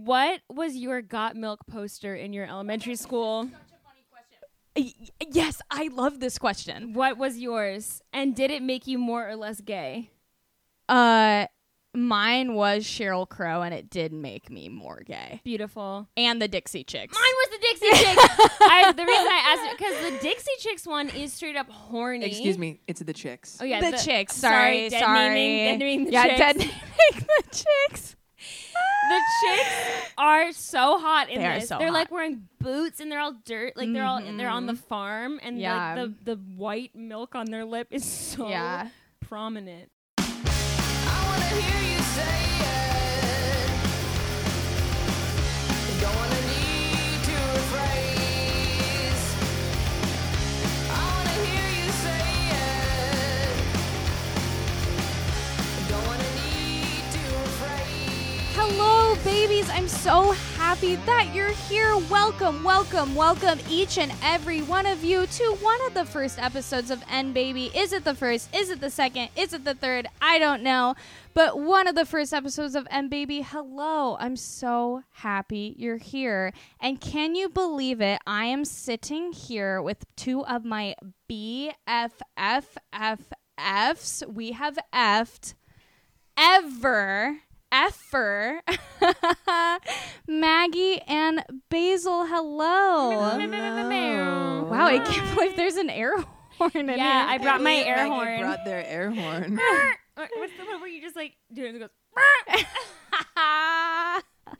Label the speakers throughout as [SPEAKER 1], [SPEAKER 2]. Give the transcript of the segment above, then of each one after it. [SPEAKER 1] what was your got milk poster in your elementary school?
[SPEAKER 2] Y- Yes, I love this question.
[SPEAKER 1] What was yours? And did it make you more or less gay?
[SPEAKER 2] Uh, mine was Cheryl Crow, and it did make me more gay.
[SPEAKER 1] Beautiful.
[SPEAKER 2] And the Dixie Chicks.
[SPEAKER 1] Mine was the Dixie Chicks. I, the reason I asked because the Dixie Chicks one is straight up horny.
[SPEAKER 3] Excuse me, it's the chicks.
[SPEAKER 1] Oh yeah,
[SPEAKER 2] the, Chicks. Sorry,
[SPEAKER 1] dead
[SPEAKER 2] sorry.
[SPEAKER 1] naming- dead naming the
[SPEAKER 2] yeah,
[SPEAKER 1] chicks.
[SPEAKER 2] dead naming the Chicks.
[SPEAKER 1] The chicks are so hot in
[SPEAKER 2] They are
[SPEAKER 1] this.
[SPEAKER 2] so
[SPEAKER 1] they're
[SPEAKER 2] hot.
[SPEAKER 1] like wearing boots and they're all dirt. Like they're all and they're on the farm and
[SPEAKER 2] Mm-hmm. Yeah.
[SPEAKER 1] like the the white milk on their lip is so
[SPEAKER 2] Yeah.
[SPEAKER 1] prominent.
[SPEAKER 4] I wanna hear you say it. Don't wanna need to rephrase. I wanna hear you say it. Don't wanna need to rephrase.
[SPEAKER 2] Hello, babies. I'm so happy that you're here. Welcome, welcome, welcome, each and every one of you, to one of the first episodes of N Baby. Is it the first? Is it the second? Is it the third? I don't know. But one of the first episodes of N Baby. Hello. I'm so happy you're here. And can you believe it? I am sitting here with two of my BFFFFs. We have effed ever effer Maggie and Basil hello wow I can't believe there's an air horn in
[SPEAKER 1] Yeah, I
[SPEAKER 2] here
[SPEAKER 1] brought my
[SPEAKER 3] Maggie
[SPEAKER 1] air horn.
[SPEAKER 3] Brought their air horn.
[SPEAKER 1] Or What's the one where you just like do it and it goes? Ah.
[SPEAKER 2] I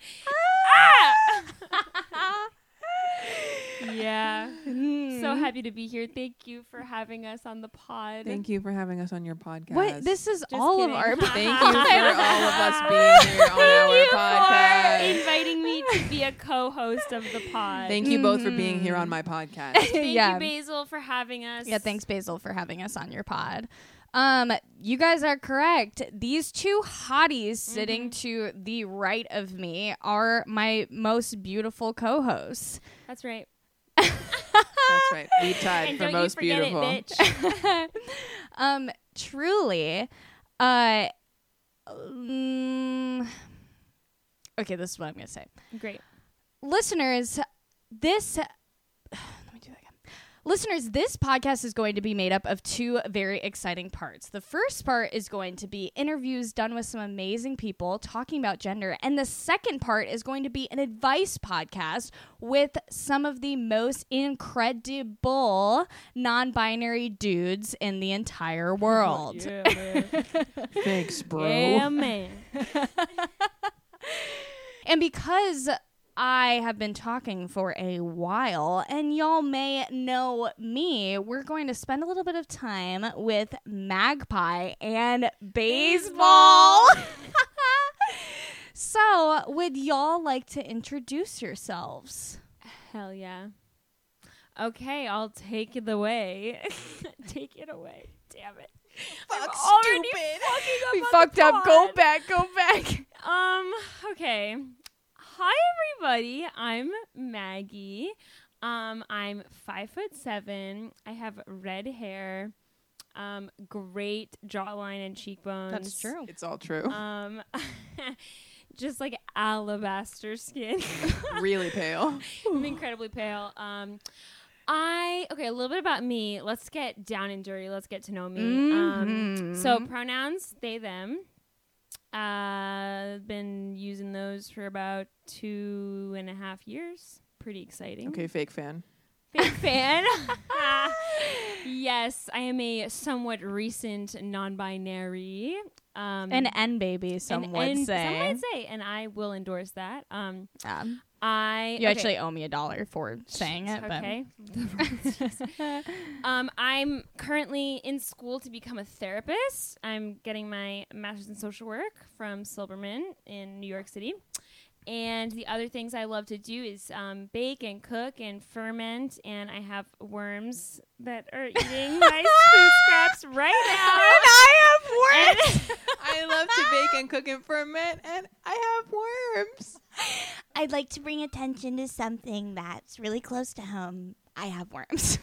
[SPEAKER 1] Yeah.
[SPEAKER 2] Hmm.
[SPEAKER 1] So happy to be here. Thank you for having us on the pod.
[SPEAKER 3] Thank you for having us on your podcast.
[SPEAKER 2] what this is all
[SPEAKER 1] kidding.
[SPEAKER 2] of our
[SPEAKER 3] Thank you for all of us being here on our
[SPEAKER 1] for
[SPEAKER 3] podcast.
[SPEAKER 1] inviting me to be a co-host of the pod.
[SPEAKER 3] Thank you both for being here on my podcast.
[SPEAKER 1] Thank
[SPEAKER 2] yeah
[SPEAKER 1] you, Basil, for having us.
[SPEAKER 2] yeah thanks Basil for having us on your pod um you guys are correct these two hotties sitting to the right of me are my most beautiful co-hosts
[SPEAKER 1] That's right.
[SPEAKER 3] That's right. We tied
[SPEAKER 1] And
[SPEAKER 3] for
[SPEAKER 1] don't
[SPEAKER 3] most
[SPEAKER 1] you forget
[SPEAKER 3] beautiful.
[SPEAKER 1] it, bitch.
[SPEAKER 2] um truly uh mm, okay this is what i'm gonna say
[SPEAKER 1] Great.
[SPEAKER 2] listeners this let me do that again listeners this podcast is going to be made up of two very exciting parts the first part is going to be interviews done with some amazing people talking about gender and the second part is going to be an advice podcast with some of the most incredible non-binary dudes in the entire world
[SPEAKER 1] Yeah, man.
[SPEAKER 3] Thanks, bro.
[SPEAKER 1] Yeah, man.
[SPEAKER 2] And because I have been talking for a while and y'all may know me, we're going to spend a little bit of time with Magpie and baseball. so, would y'all like to introduce yourselves?
[SPEAKER 1] Hell yeah. Okay, I'll take it away. take it away. Damn it. I'm already fucking up on the pod.
[SPEAKER 2] back, go back.
[SPEAKER 1] Um, okay. Hi everybody. I'm Maggie. Um, I'm five foot seven. I have red hair, um, great jawline and cheekbones.
[SPEAKER 2] That's true.
[SPEAKER 3] It's all true.
[SPEAKER 1] Um just like alabaster skin.
[SPEAKER 3] really pale.
[SPEAKER 1] I'm incredibly pale. Um, I okay. A little bit about me. Let's get down and dirty. Let's get to know me. Um, so pronouns they them. Uh, been using those for about two and a half years. Pretty exciting.
[SPEAKER 3] Okay, fake fan.
[SPEAKER 1] Big fan. yes, I am a somewhat recent non-binary. Um,
[SPEAKER 2] An N baby, some
[SPEAKER 1] and-
[SPEAKER 2] would
[SPEAKER 1] and
[SPEAKER 2] say.
[SPEAKER 1] Some would say, and I will endorse that. Um,
[SPEAKER 2] Yeah.
[SPEAKER 1] I
[SPEAKER 2] You
[SPEAKER 1] okay.
[SPEAKER 2] actually owe me a dollar for saying it, but
[SPEAKER 1] Okay. um, I'm currently in school to become a therapist. I'm getting my master's in social work from Silberman in New York City. And the other things I love to do is um, bake and cook and ferment. And I have worms that are eating my food scraps right now.
[SPEAKER 2] I
[SPEAKER 1] And-
[SPEAKER 3] I love to bake and cook and ferment, and I have worms.
[SPEAKER 5] I'd like to bring attention to something that's really close to home. I have worms.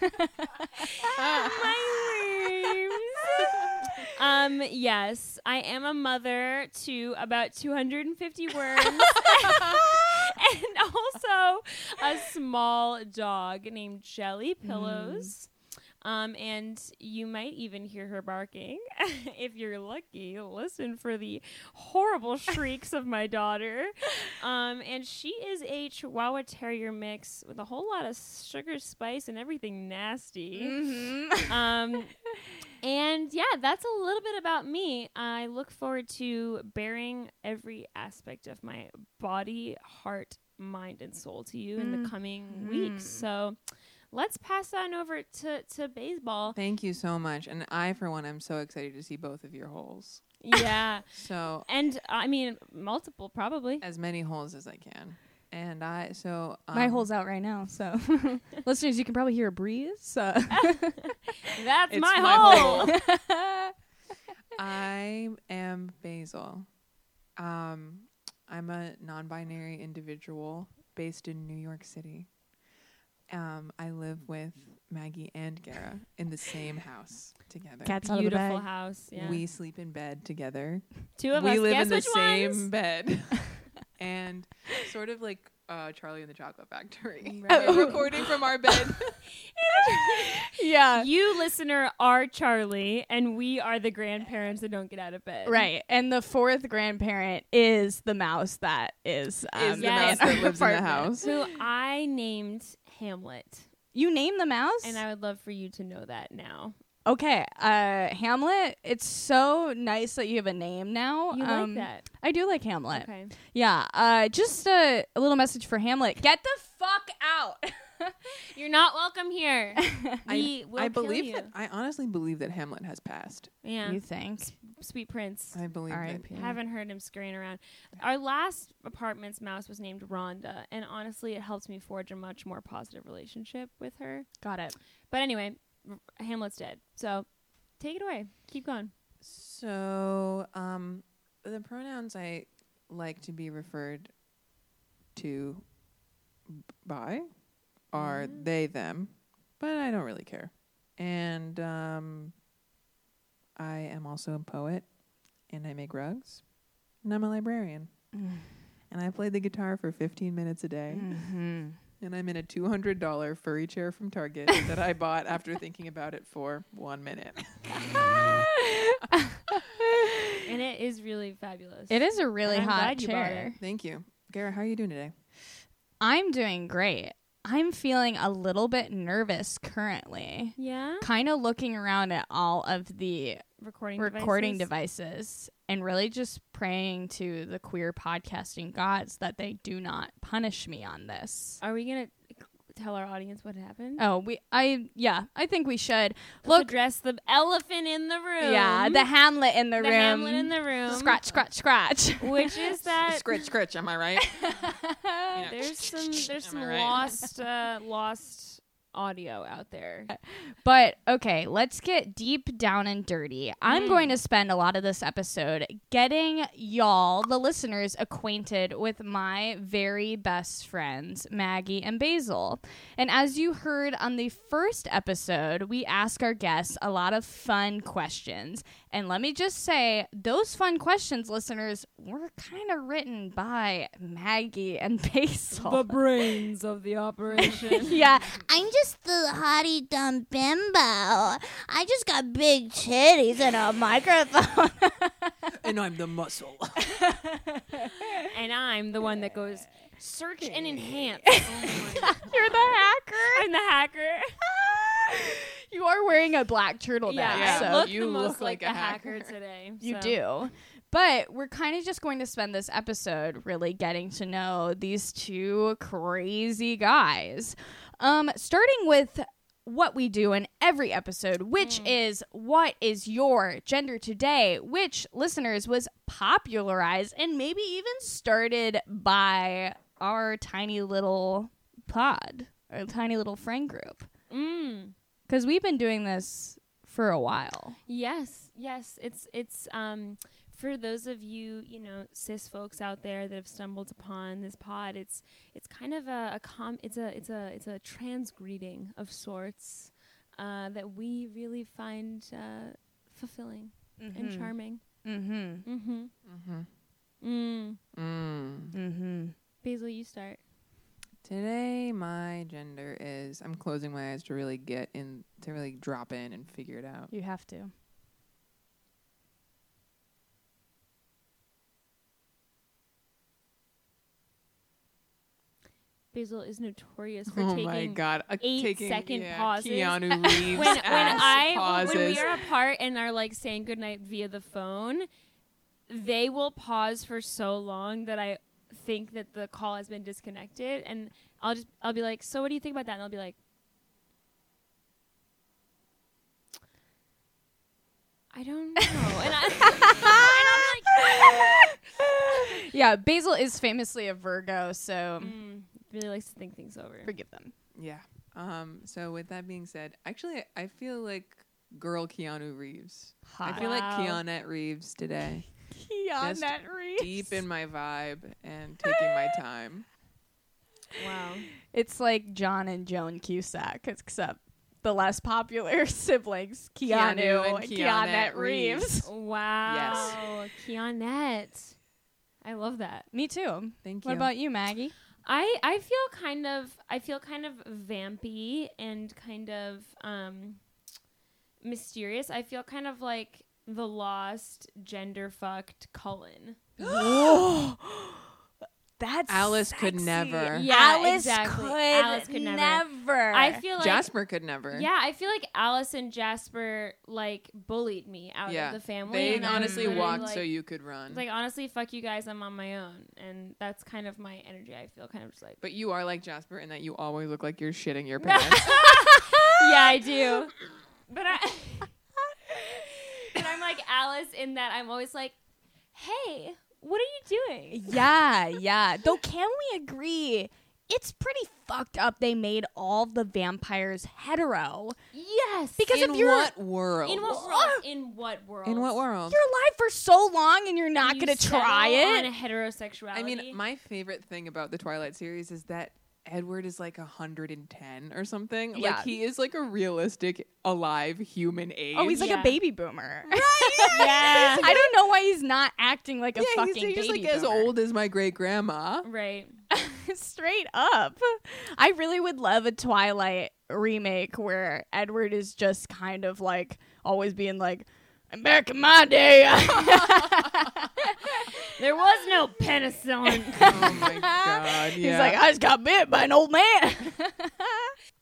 [SPEAKER 1] um, yes, I am a mother to about 250 worms. small dog named Jelly Pillows. Um, and you might even hear her barking. if you're lucky, listen for the horrible shrieks of my daughter. Um, and she is a Chihuahua Terrier mix with a whole lot of sugar, spice, and everything nasty
[SPEAKER 2] Mm. Mm-hmm.
[SPEAKER 1] um, and yeah, that's a little bit about me. I look forward to bearing every aspect of my body, heart, mind, and soul to you in the coming weeks. So let's pass on over to, to baseball.
[SPEAKER 3] Thank you so much. And I, for one, am so excited to see both of your holes.
[SPEAKER 1] yeah.
[SPEAKER 3] So
[SPEAKER 1] And I mean, multiple probably.
[SPEAKER 3] as many holes as I can. And I so um,
[SPEAKER 6] My hole's out right now, so listeners, you can probably hear a breeze. Uh,
[SPEAKER 1] That's
[SPEAKER 3] It's
[SPEAKER 1] my,
[SPEAKER 3] my
[SPEAKER 1] hole.
[SPEAKER 3] I am Basil. Um, I'm a non-binary individual based in New York City. Um, I live with Maggie and Gara in the same house together.
[SPEAKER 6] Cat's out of the
[SPEAKER 1] Beautiful
[SPEAKER 6] bag.
[SPEAKER 1] house. Yeah.
[SPEAKER 3] We sleep in bed together.
[SPEAKER 1] Two of
[SPEAKER 3] we
[SPEAKER 1] us.
[SPEAKER 3] live
[SPEAKER 1] Guess
[SPEAKER 3] in the
[SPEAKER 1] which
[SPEAKER 3] same
[SPEAKER 1] ones?
[SPEAKER 3] bed, and sort of like uh, Charlie and the Chocolate Factory.
[SPEAKER 1] Right.
[SPEAKER 3] We're recording from our bed.
[SPEAKER 6] yeah,
[SPEAKER 1] You listener are Charlie, and we are the grandparents that don't get out of bed.
[SPEAKER 6] right. And the fourth grandparent is the mouse that is, um,
[SPEAKER 3] is the
[SPEAKER 1] yeah,
[SPEAKER 3] mouse
[SPEAKER 1] in our
[SPEAKER 3] that lives in the
[SPEAKER 6] apartment.
[SPEAKER 3] house.
[SPEAKER 1] Who I named Hamlet.
[SPEAKER 6] You name the mouse,
[SPEAKER 1] And I would love for you to know that now.
[SPEAKER 6] okay, uh, Hamlet. It's so nice that you have a name now.
[SPEAKER 1] You
[SPEAKER 6] Um,
[SPEAKER 1] like
[SPEAKER 6] I do like Hamlet.
[SPEAKER 1] that. Okay.
[SPEAKER 6] Yeah. Uh, just a, a little message for Hamlet. Get the fuck out.
[SPEAKER 1] You're not welcome here. we
[SPEAKER 3] I,
[SPEAKER 1] will
[SPEAKER 3] I
[SPEAKER 1] kill
[SPEAKER 3] believe
[SPEAKER 1] you.
[SPEAKER 3] that I honestly believe that Hamlet has passed.
[SPEAKER 1] yeah.
[SPEAKER 6] You think?
[SPEAKER 1] Sweet Prince.
[SPEAKER 3] I believe that.
[SPEAKER 6] R.I.P.
[SPEAKER 1] Haven't heard him scurrying around. Our last apartment's mouse was named Rhonda, and honestly, it helps me forge a much more positive relationship with her.
[SPEAKER 6] Got it.
[SPEAKER 1] But anyway, R- Hamlet's dead. So take it away. Keep going.
[SPEAKER 3] So, um, the pronouns I like to be referred to b- by are they, them, but I don't really care. And um, I am also a poet, and I make rugs, and I'm a librarian. And I play the guitar for 15 minutes a day.
[SPEAKER 6] Mm. Mm-hmm.
[SPEAKER 3] And I'm in a $200 furry chair from Target that I bought after thinking about it for one minute.
[SPEAKER 1] And it is really fabulous.
[SPEAKER 6] It is a really
[SPEAKER 1] I'm
[SPEAKER 6] hot
[SPEAKER 1] glad you bought
[SPEAKER 6] chair.
[SPEAKER 3] Thank you. Gara, how are you doing today?
[SPEAKER 6] I'm doing great. I'm feeling a little bit nervous currently.
[SPEAKER 1] Yeah.
[SPEAKER 6] Kind of looking around at all of the
[SPEAKER 1] Recording.
[SPEAKER 6] recording
[SPEAKER 1] devices.
[SPEAKER 6] devices and really just praying to the queer podcasting gods that they do not punish me on this.
[SPEAKER 1] Are we gonna tell our audience what happened?
[SPEAKER 6] Oh, we I yeah, I think we should.
[SPEAKER 1] Let's
[SPEAKER 6] Look,
[SPEAKER 1] address the elephant in the room.
[SPEAKER 6] yeah, the Hamlet in the,
[SPEAKER 1] The
[SPEAKER 6] room.
[SPEAKER 1] Hamlet in the room.
[SPEAKER 6] Scratch, scratch, scratch.
[SPEAKER 1] Which is that
[SPEAKER 3] scritch, scritch. Am I right? Yeah.
[SPEAKER 1] there's some there's
[SPEAKER 3] Am
[SPEAKER 1] some
[SPEAKER 3] I right?
[SPEAKER 1] lost uh, lost audio out there.
[SPEAKER 6] Uh, But okay, let's get deep down and dirty. I'm going to spend a lot of this episode getting y'all, the listeners, acquainted with my very best friends, Maggie and Basil. And as you heard on the first episode, we ask our guests a lot of fun questions. And let me just say, those fun questions, listeners, were kind of written by Maggie and Basil.
[SPEAKER 1] brains of the operation.
[SPEAKER 6] yeah,
[SPEAKER 2] I'm just the hottie dumb bimbo. I just got big titties and a microphone.
[SPEAKER 3] and I'm the muscle.
[SPEAKER 1] and I'm the one that goes search and enhance.
[SPEAKER 6] you're the hacker.
[SPEAKER 1] I'm the hacker.
[SPEAKER 6] you are wearing a black turtleneck,
[SPEAKER 1] Yeah, I
[SPEAKER 6] so
[SPEAKER 1] look
[SPEAKER 3] you
[SPEAKER 1] the most
[SPEAKER 3] look
[SPEAKER 1] like,
[SPEAKER 3] like
[SPEAKER 1] a
[SPEAKER 3] a
[SPEAKER 1] hacker,
[SPEAKER 3] hacker.
[SPEAKER 1] today.
[SPEAKER 6] you
[SPEAKER 1] so.
[SPEAKER 6] do. But we're kind of just going to spend this episode really getting to know these two crazy guys. Um, starting with what we do in every episode, which
[SPEAKER 1] Mm.
[SPEAKER 6] is what is your gender today, which listeners was popularized and maybe even started by our tiny little pod, our tiny little friend group.
[SPEAKER 1] Mm.
[SPEAKER 6] Because we've been doing this for a while.
[SPEAKER 1] Yes, yes. It's it's um for those of you, you know, cis folks out there that have stumbled upon this pod, it's it's kind of a, a com it's a it's a it's a trans greeting of sorts uh, that we really find uh, fulfilling and
[SPEAKER 3] Mm-hmm.
[SPEAKER 1] charming.
[SPEAKER 6] Mm
[SPEAKER 1] Mm-hmm. Mm-hmm. Mm.
[SPEAKER 3] Mm.
[SPEAKER 6] hmm. Mm hmm.
[SPEAKER 3] Mm-hmm.
[SPEAKER 1] Basil, you start.
[SPEAKER 3] Today, my gender is. I'm closing my eyes to really get in, to really drop in and figure it out.
[SPEAKER 6] You have to.
[SPEAKER 1] Basil is notorious for
[SPEAKER 3] Oh
[SPEAKER 1] taking
[SPEAKER 3] my god! A
[SPEAKER 1] eight
[SPEAKER 3] taking,
[SPEAKER 1] second
[SPEAKER 3] yeah,
[SPEAKER 1] pauses.
[SPEAKER 3] Keanu Reeves.
[SPEAKER 1] when when
[SPEAKER 3] ass
[SPEAKER 1] I
[SPEAKER 3] pauses.
[SPEAKER 1] when we are apart and are like saying goodnight via the phone, they will pause for so long that I think that the call has been disconnected, and I'll just I'll be like, "So what do you think about that?" And I'll be like, "I don't know," and I.
[SPEAKER 6] Yeah, Basil is famously a Virgo, so
[SPEAKER 1] and I'm like, mm, really likes to think things over.
[SPEAKER 6] forgive them.
[SPEAKER 3] yeah. Um. So with that being said, actually, I feel like girl Keanu Reeves. I feel
[SPEAKER 1] Wow.
[SPEAKER 3] like Keanu Reeves today. Just
[SPEAKER 6] Reeves.
[SPEAKER 3] Deep in my vibe and taking my time.
[SPEAKER 1] Wow.
[SPEAKER 6] It's like John and Joan Cusack, except the less popular siblings, Keanu,
[SPEAKER 3] Keanu
[SPEAKER 6] and
[SPEAKER 3] and
[SPEAKER 6] Keanu
[SPEAKER 3] Keonette
[SPEAKER 6] Reeves.
[SPEAKER 3] Reeves.
[SPEAKER 1] Wow. Yes. Keonette. I love that.
[SPEAKER 6] Me too.
[SPEAKER 3] Thank you.
[SPEAKER 6] What about you, Maggie?
[SPEAKER 1] I I feel kind of I feel kind of vampy and kind of um mysterious. I feel kind of like the lost gender fucked Cullen.
[SPEAKER 6] That's
[SPEAKER 3] Alice could never.
[SPEAKER 1] Yeah, exactly. Alice could never. I feel like
[SPEAKER 3] Jasper could never.
[SPEAKER 1] Yeah, I feel like Alice and Jasper like bullied me out
[SPEAKER 3] Yeah.
[SPEAKER 1] of the family.
[SPEAKER 3] They
[SPEAKER 1] and I was
[SPEAKER 3] honestly
[SPEAKER 1] literally
[SPEAKER 3] walked
[SPEAKER 1] like,
[SPEAKER 3] so you could run.
[SPEAKER 1] like honestly, fuck you guys, I'm on my own. And that's kind of my energy. I feel kind of just like
[SPEAKER 3] but you are like Jasper in that you always look like you're shitting your pants.
[SPEAKER 1] yeah, I do. But I and I'm like Alice in that I'm always like, "Hey, what are you doing?"
[SPEAKER 6] yeah, yeah. Though, can we agree? It's pretty fucked up. They made all the vampires hetero
[SPEAKER 1] Yes.
[SPEAKER 6] because
[SPEAKER 3] in
[SPEAKER 6] if you're
[SPEAKER 3] what world?
[SPEAKER 1] in what world? In what world?
[SPEAKER 3] In what world?
[SPEAKER 6] you're alive for so long and you're not
[SPEAKER 1] You
[SPEAKER 6] gonna
[SPEAKER 1] settle
[SPEAKER 6] try
[SPEAKER 1] on
[SPEAKER 6] it,
[SPEAKER 1] a heterosexuality.
[SPEAKER 3] I mean, my favorite thing about the Twilight series is that Edward is like 110 or something.
[SPEAKER 6] Yeah.
[SPEAKER 3] Like he is like a realistic alive human age.
[SPEAKER 6] oh, he's like
[SPEAKER 1] Yeah.
[SPEAKER 6] a baby boomer.
[SPEAKER 1] yeah.
[SPEAKER 6] I don't know why he's not acting like a
[SPEAKER 3] yeah,
[SPEAKER 6] fucking
[SPEAKER 3] he's, he's
[SPEAKER 6] baby
[SPEAKER 3] like as
[SPEAKER 6] boomer.
[SPEAKER 3] old as my great grandma.
[SPEAKER 1] right.
[SPEAKER 6] straight up. I really would love a Twilight remake where Edward is just kind of like always being like, "I'm back in my day."
[SPEAKER 1] There was no penicillin.
[SPEAKER 3] Oh my god. Yeah.
[SPEAKER 6] He's like, "I just got bit by an old man."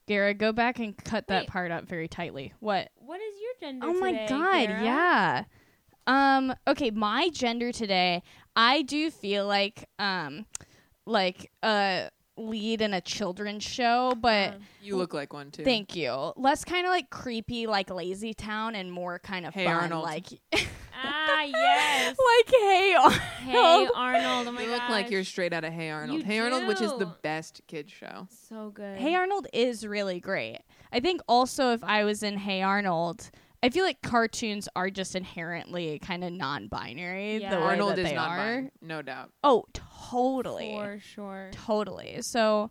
[SPEAKER 6] Gara, go back and cut that
[SPEAKER 1] Wait.
[SPEAKER 6] part up very tightly. What?
[SPEAKER 1] what is your gender?
[SPEAKER 6] Oh my
[SPEAKER 1] today,
[SPEAKER 6] god,
[SPEAKER 1] Kara?
[SPEAKER 6] yeah. Um okay, my gender today, I do feel like um like a lead in a children's show, but
[SPEAKER 1] Um,
[SPEAKER 3] you look like one too.
[SPEAKER 6] Thank you. Less kind of like creepy, like Lazy Town, and more kind of
[SPEAKER 3] Hey
[SPEAKER 6] fun,
[SPEAKER 3] Arnold.
[SPEAKER 6] like
[SPEAKER 1] Ah, yes.
[SPEAKER 6] like Hey Arnold.
[SPEAKER 1] hey, Arnold. Oh my
[SPEAKER 3] you look like
[SPEAKER 1] gosh.
[SPEAKER 3] you're straight out of Hey Arnold.
[SPEAKER 1] You
[SPEAKER 3] hey Arnold, which is the
[SPEAKER 1] do.
[SPEAKER 3] best kid show.
[SPEAKER 1] so good.
[SPEAKER 6] Hey Arnold is really great. I think also if I was in Hey Arnold, I feel like cartoons are just inherently kind of non-binary.
[SPEAKER 1] Yeah.
[SPEAKER 6] The way
[SPEAKER 3] Arnold
[SPEAKER 6] that
[SPEAKER 3] is
[SPEAKER 6] they
[SPEAKER 3] not
[SPEAKER 6] are.
[SPEAKER 3] mine, no doubt.
[SPEAKER 6] Oh, totally,
[SPEAKER 1] For sure.
[SPEAKER 6] totally. So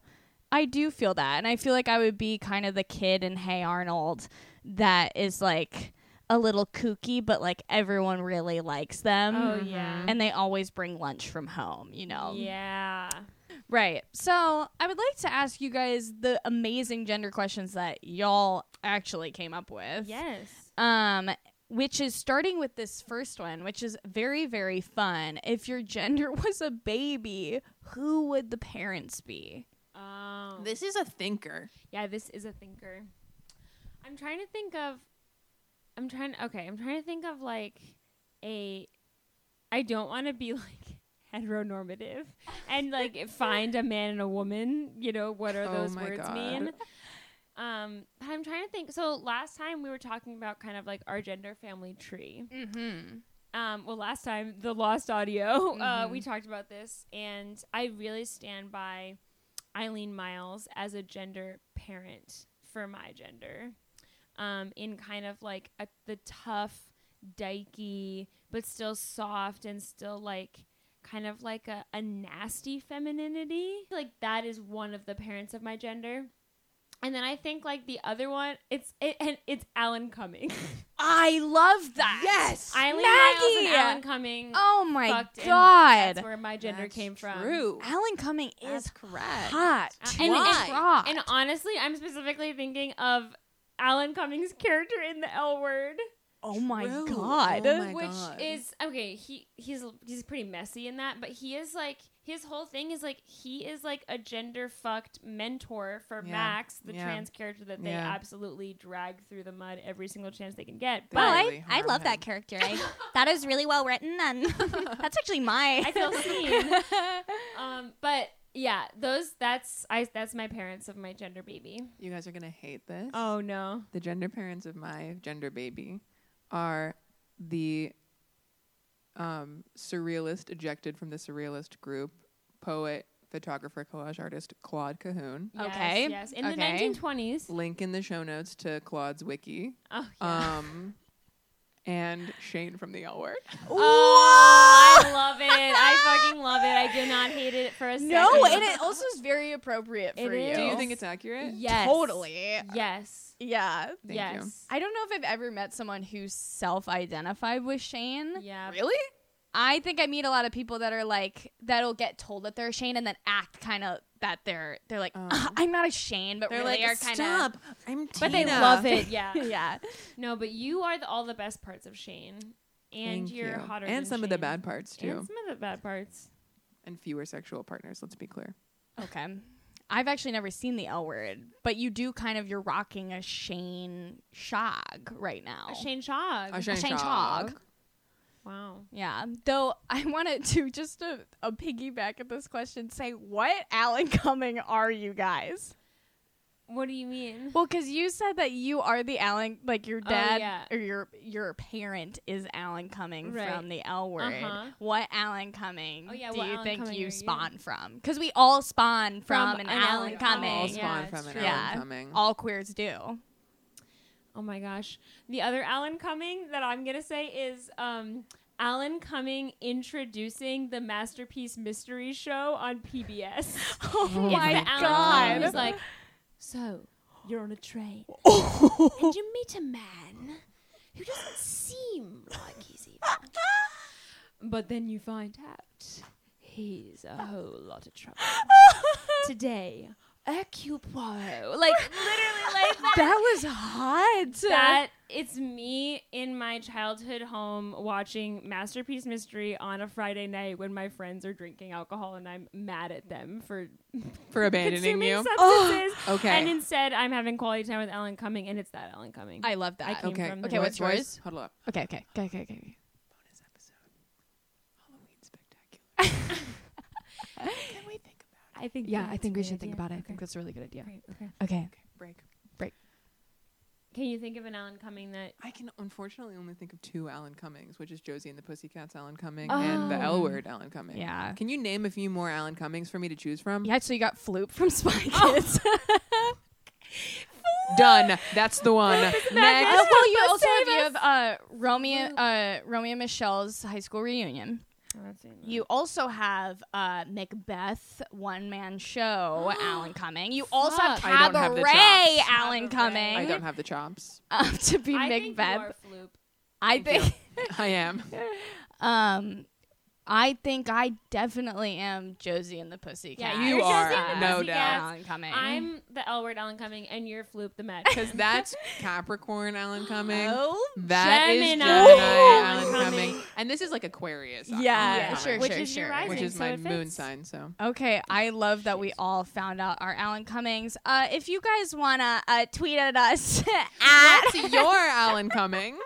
[SPEAKER 6] I do feel that, and I feel like I would be kind of the kid in Hey Arnold that is like a little kooky, but like everyone really likes them.
[SPEAKER 1] Oh yeah.
[SPEAKER 6] and they always bring lunch from home, you know?
[SPEAKER 1] yeah.
[SPEAKER 6] Right. So I would like to ask you guys the amazing gender questions that y'all actually came up with.
[SPEAKER 1] Yes.
[SPEAKER 6] Um, which is starting with this first one, which is very, very fun. If your gender was a baby, who would the parents be?
[SPEAKER 1] Um,
[SPEAKER 3] Oh. This is a thinker.
[SPEAKER 1] yeah, this is a thinker. I'm trying to think of. I'm trying. Okay, I'm trying to think of like a. I don't want to be like heteronormative and like find a man and a woman. You know what are
[SPEAKER 3] Oh
[SPEAKER 1] those
[SPEAKER 3] my
[SPEAKER 1] words
[SPEAKER 3] God.
[SPEAKER 1] mean? Um, but I'm trying to think. So last time we were talking about kind of like our gender family tree.
[SPEAKER 6] Mm-hmm.
[SPEAKER 1] um, well, last time, the lost audio, uh, we talked about this, and I really stand by Eileen Miles as a gender parent for my gender, um, in kind of like a, the tough, dykey, but still soft and still like kind of like a, a nasty femininity. Like, that is one of the parents of my gender. And then I think like the other one, it's it, and it's Alan Cumming.
[SPEAKER 6] I love that. Yes.
[SPEAKER 1] Eileen Miles and Alan Cumming.
[SPEAKER 6] oh my
[SPEAKER 1] fucked, and
[SPEAKER 6] god.
[SPEAKER 1] that's where my gender
[SPEAKER 3] That's
[SPEAKER 1] came from.
[SPEAKER 3] True.
[SPEAKER 6] Alan Cumming
[SPEAKER 3] That's
[SPEAKER 6] is
[SPEAKER 3] correct.
[SPEAKER 6] hot.
[SPEAKER 1] A- And,
[SPEAKER 3] Why?
[SPEAKER 6] Hot.
[SPEAKER 1] and honestly, I'm specifically thinking of Alan Cumming's character in The L Word,
[SPEAKER 6] oh my
[SPEAKER 3] True.
[SPEAKER 6] god.
[SPEAKER 3] Oh my
[SPEAKER 1] which
[SPEAKER 3] God.
[SPEAKER 1] is okay. He he's he's pretty messy in that, but he is like his whole thing is like he is like a gender fucked mentor for
[SPEAKER 3] Yeah.
[SPEAKER 1] Max, the
[SPEAKER 3] Yeah.
[SPEAKER 1] trans character that they
[SPEAKER 3] Yeah.
[SPEAKER 1] absolutely drag through the mud every single chance they can get.
[SPEAKER 3] They
[SPEAKER 1] But
[SPEAKER 2] Well,
[SPEAKER 3] really
[SPEAKER 2] I, I
[SPEAKER 3] harm
[SPEAKER 2] love
[SPEAKER 3] him.
[SPEAKER 2] that character. I, that is really well written, and that's actually my.
[SPEAKER 1] I feel seen. um, but yeah, those that's I that's my parents of my gender baby.
[SPEAKER 3] You guys are gonna hate this.
[SPEAKER 1] Oh no.
[SPEAKER 3] The gender parents of my gender baby are the um, surrealist ejected from the surrealist group, poet, photographer, collage artist Claude Cahoon.
[SPEAKER 6] Okay.
[SPEAKER 1] Yes. yes. In
[SPEAKER 6] Okay.
[SPEAKER 1] the 1920s.
[SPEAKER 3] Link in the show notes to Claude's wiki.
[SPEAKER 1] Oh, yeah.
[SPEAKER 3] Um, and Shane from the L Word.
[SPEAKER 1] oh, I love it. I fucking love it. I do not hate it for a second.
[SPEAKER 6] no, and it also is very appropriate
[SPEAKER 1] It
[SPEAKER 6] for you.
[SPEAKER 1] is.
[SPEAKER 3] Do you
[SPEAKER 1] Yes.
[SPEAKER 3] think it's accurate?
[SPEAKER 1] yes.
[SPEAKER 6] Totally.
[SPEAKER 1] Yes.
[SPEAKER 6] Yeah.
[SPEAKER 3] Thank you.
[SPEAKER 1] yes.
[SPEAKER 6] I don't know if I've ever met someone who self-identified with Shane.
[SPEAKER 1] Yeah.
[SPEAKER 6] Really? I think I meet a lot of people that are like that'll get told that they're a Shane and then act kind of that they're they're like
[SPEAKER 3] Oh.
[SPEAKER 6] "Ah, I'm not a Shane, but
[SPEAKER 3] They're
[SPEAKER 6] really
[SPEAKER 3] like,
[SPEAKER 6] are kind of.
[SPEAKER 3] stop. I'm Tina.
[SPEAKER 1] But they love it. Yeah.
[SPEAKER 6] yeah.
[SPEAKER 1] No, but you are the, all the best parts of Shane, and
[SPEAKER 3] Thank
[SPEAKER 1] you're
[SPEAKER 3] you.
[SPEAKER 1] hotter.
[SPEAKER 3] And
[SPEAKER 1] than
[SPEAKER 3] some of the
[SPEAKER 1] Shane.
[SPEAKER 3] bad parts too,
[SPEAKER 1] And some of the bad parts.
[SPEAKER 3] and fewer sexual partners. Let's be clear.
[SPEAKER 6] Okay. I've actually never seen the L word, but you do kind of you're rocking a Shane Shog right
[SPEAKER 3] Oh.
[SPEAKER 6] now.
[SPEAKER 1] Shane Shog.
[SPEAKER 3] A Shane,
[SPEAKER 6] Shane
[SPEAKER 3] Chog.
[SPEAKER 6] Chog.
[SPEAKER 1] wow.
[SPEAKER 6] Yeah. Though I wanted to just a, a piggyback at this question say, what Alan Cumming are you guys?
[SPEAKER 1] What do you mean?
[SPEAKER 6] Well, because you said that you are the Alan, like your
[SPEAKER 1] Oh,
[SPEAKER 6] dad
[SPEAKER 1] yeah.
[SPEAKER 6] or your your parent is Alan Cumming
[SPEAKER 1] Right.
[SPEAKER 6] from the L Word.
[SPEAKER 1] Uh-huh.
[SPEAKER 6] What Alan Cumming
[SPEAKER 1] Oh, yeah,
[SPEAKER 6] do
[SPEAKER 1] what
[SPEAKER 6] you
[SPEAKER 1] Alan
[SPEAKER 6] think
[SPEAKER 1] Cumming are
[SPEAKER 6] you
[SPEAKER 1] you?
[SPEAKER 6] spawn from? Because we all spawn from, an, Alan,
[SPEAKER 3] We all
[SPEAKER 6] Cumming.
[SPEAKER 3] spawn
[SPEAKER 1] Yeah,
[SPEAKER 3] from
[SPEAKER 1] it's
[SPEAKER 3] an
[SPEAKER 1] true.
[SPEAKER 6] Yeah.
[SPEAKER 3] Alan Cumming.
[SPEAKER 6] All queers do.
[SPEAKER 1] Oh my gosh. The other Alan Cumming that I'm going to say is um, Alan Cumming introducing the Masterpiece Mystery Show on PBS.
[SPEAKER 6] Oh
[SPEAKER 1] It's
[SPEAKER 6] my
[SPEAKER 1] the Alan Cumming
[SPEAKER 6] god!
[SPEAKER 1] who's like, so you're on a train
[SPEAKER 6] Oh.
[SPEAKER 1] and you meet a man who doesn't seem like he's evil. But then you find out he's a whole lot of trouble. Today, Hercule Poirot. Like, literally, like that
[SPEAKER 6] that was hot.
[SPEAKER 1] that it's me in my childhood home watching masterpiece mystery on a friday night when my friends are drinking alcohol and i'm mad at them for
[SPEAKER 3] For abandoning
[SPEAKER 1] consuming
[SPEAKER 3] you.
[SPEAKER 6] Oh,
[SPEAKER 1] substances
[SPEAKER 3] Okay.
[SPEAKER 1] and instead i'm having quality time with ellen cumming and it's that ellen cumming
[SPEAKER 6] I love that.
[SPEAKER 1] I came
[SPEAKER 3] okay.
[SPEAKER 1] from the
[SPEAKER 6] Okay, what's
[SPEAKER 3] Joyce,
[SPEAKER 6] yours?
[SPEAKER 3] Huddle up.
[SPEAKER 6] Okay, okay, okay, okay, okay.
[SPEAKER 3] Bonus episode. Halloween spectacular. Can we think about
[SPEAKER 1] I think
[SPEAKER 6] Yeah,
[SPEAKER 1] that's
[SPEAKER 6] I
[SPEAKER 1] a
[SPEAKER 6] think we
[SPEAKER 1] great
[SPEAKER 6] should think
[SPEAKER 1] idea.
[SPEAKER 6] about it. I
[SPEAKER 1] Okay.
[SPEAKER 6] think that's a really good idea.
[SPEAKER 1] Great, okay.
[SPEAKER 6] Okay.
[SPEAKER 3] it? Okay, break.
[SPEAKER 1] Can you think of an Alan Cumming that?
[SPEAKER 3] I can unfortunately only think of two Alan Cummings, which is Josie and the Pussycats Alan Cumming and the
[SPEAKER 1] Oh.
[SPEAKER 3] L Word Alan Cumming.
[SPEAKER 6] Yeah.
[SPEAKER 3] Can you name a few more Alan Cummings for me to choose from?
[SPEAKER 6] Yeah, so you got Floop from Spy Kids.
[SPEAKER 3] Done. That's the one. Next.
[SPEAKER 6] Uh, well, you also have, you have uh, Romeo, uh, Romeo and Michelle's high school reunion. You also have uh, Macbeth one man show, Alan Cumming. You also have
[SPEAKER 1] Fuck.
[SPEAKER 3] I don't have
[SPEAKER 6] Cabaret,
[SPEAKER 3] the
[SPEAKER 1] Cabaret.
[SPEAKER 6] Alan Cumming.
[SPEAKER 3] I don't have the chops.
[SPEAKER 6] uh, to be
[SPEAKER 1] I think you
[SPEAKER 6] Macbeth.
[SPEAKER 1] are Floop.
[SPEAKER 6] I
[SPEAKER 3] Thank
[SPEAKER 6] think.
[SPEAKER 3] I am.
[SPEAKER 6] Um, I think I definitely am Josie and the Pussycat.
[SPEAKER 1] Yeah,
[SPEAKER 3] You
[SPEAKER 1] you're
[SPEAKER 3] are,
[SPEAKER 1] Josie and the
[SPEAKER 3] no
[SPEAKER 1] Pussycats.
[SPEAKER 3] doubt.
[SPEAKER 6] Alan Cumming.
[SPEAKER 1] I'm the L word Alan Cumming, and you're Floop the Met.
[SPEAKER 3] Because that's Capricorn Alan Cumming.
[SPEAKER 6] Oh,
[SPEAKER 3] That is
[SPEAKER 1] Gemini.
[SPEAKER 3] Gemini
[SPEAKER 1] Ooh.
[SPEAKER 3] Alan
[SPEAKER 1] Cumming.
[SPEAKER 3] Cumming. And this is like Aquarius.
[SPEAKER 6] yeah,
[SPEAKER 3] Alan Cumming,
[SPEAKER 6] sure,
[SPEAKER 1] Uh, Which
[SPEAKER 6] sure,
[SPEAKER 1] is your
[SPEAKER 6] sure.
[SPEAKER 1] rising.
[SPEAKER 3] Which is
[SPEAKER 1] so
[SPEAKER 3] my
[SPEAKER 1] it
[SPEAKER 3] moon
[SPEAKER 1] fits.
[SPEAKER 3] sign, so.
[SPEAKER 6] Okay, I love that we all found out our Alan Cummings. Uh, if you guys wanna uh, tweet at us at
[SPEAKER 3] That's your Alan Cumming.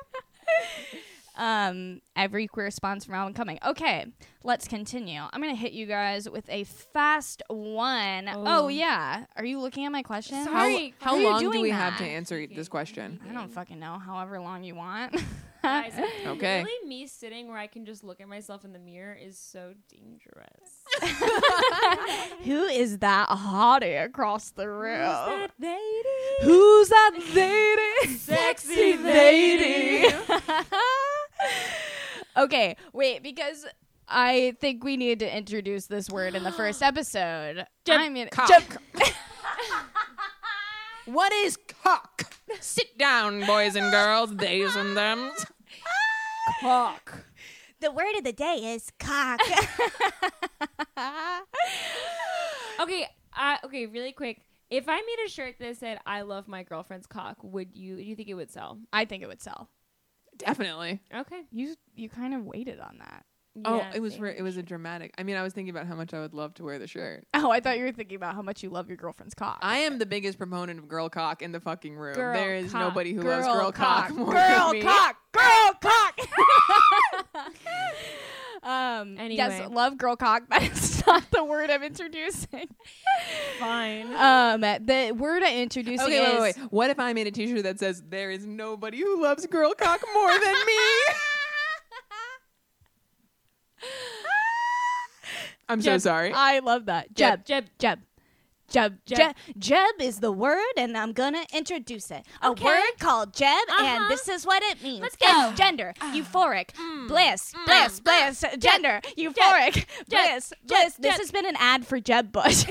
[SPEAKER 6] um, every queer response from Alan Cumming. Okay, let's continue. I'm gonna hit you guys with a fast one. Oh,
[SPEAKER 1] Oh.
[SPEAKER 6] yeah, are you looking at my question?
[SPEAKER 1] Sorry.
[SPEAKER 3] How,
[SPEAKER 1] Great.
[SPEAKER 3] how
[SPEAKER 6] Why are you
[SPEAKER 3] long do
[SPEAKER 6] doing
[SPEAKER 3] we have
[SPEAKER 6] that?
[SPEAKER 3] to answer this question?
[SPEAKER 6] I don't fucking know. However long you want.
[SPEAKER 1] Guys,
[SPEAKER 3] Okay.
[SPEAKER 1] Really, me sitting where I can just look at myself in the mirror is so dangerous.
[SPEAKER 6] Who is that hottie across the room?
[SPEAKER 1] that lady?
[SPEAKER 6] Who's that lady?
[SPEAKER 1] Sexy
[SPEAKER 6] lady. okay, wait, because I think we need to introduce this word in the first episode. I'm gonna-
[SPEAKER 3] Cock.
[SPEAKER 6] Jep-
[SPEAKER 3] What is cock? Sit down, boys and girls, theys and thems. Cock.
[SPEAKER 2] The word of the day is cock.
[SPEAKER 1] Okay, uh, okay, really quick. If I made a shirt that said "I love my girlfriend's cock," would you? Do you think it would sell?
[SPEAKER 6] I think it would sell.
[SPEAKER 3] Definitely.
[SPEAKER 1] Okay.
[SPEAKER 6] You you kind of waited on that.
[SPEAKER 3] oh,
[SPEAKER 1] Yeah,
[SPEAKER 3] it was
[SPEAKER 1] they-
[SPEAKER 3] for, it was a dramatic. I mean, I was thinking about how much I would love to wear the shirt.
[SPEAKER 6] Oh, I thought you were thinking about how much you love your girlfriend's cock.
[SPEAKER 3] I am the biggest proponent of girl cock in the fucking room.
[SPEAKER 1] Girl
[SPEAKER 3] there is
[SPEAKER 1] cock.
[SPEAKER 3] nobody who loves girl cock, more
[SPEAKER 6] girl
[SPEAKER 3] than me.
[SPEAKER 6] cock, girl cock. um,
[SPEAKER 1] Anyway.
[SPEAKER 6] yes, love girl cock, but it's not the word I'm introducing.
[SPEAKER 1] Fine.
[SPEAKER 6] Um, the word I'm introducing
[SPEAKER 3] Okay, wait,
[SPEAKER 6] is
[SPEAKER 3] wait, wait. What if I made a T-shirt that says "There is nobody who loves girl cock more than me"? I'm so
[SPEAKER 6] Jeb,
[SPEAKER 3] sorry.
[SPEAKER 6] I love that.
[SPEAKER 1] Jeb,
[SPEAKER 6] Jeb,
[SPEAKER 1] Jeb.
[SPEAKER 6] Jeb, Jeb,
[SPEAKER 1] Jeb.
[SPEAKER 6] Jeb.
[SPEAKER 2] Jeb is the word, and I'm gonna introduce it. A
[SPEAKER 1] Okay.
[SPEAKER 2] word called Jeb,
[SPEAKER 1] Uh-huh.
[SPEAKER 2] and this is what it means.
[SPEAKER 1] Let's
[SPEAKER 6] It's gender, euphoric,
[SPEAKER 3] Hmm.
[SPEAKER 6] bliss, bliss, bliss, gender, euphoric, bliss, bliss. This has been an ad for Jeb Bush.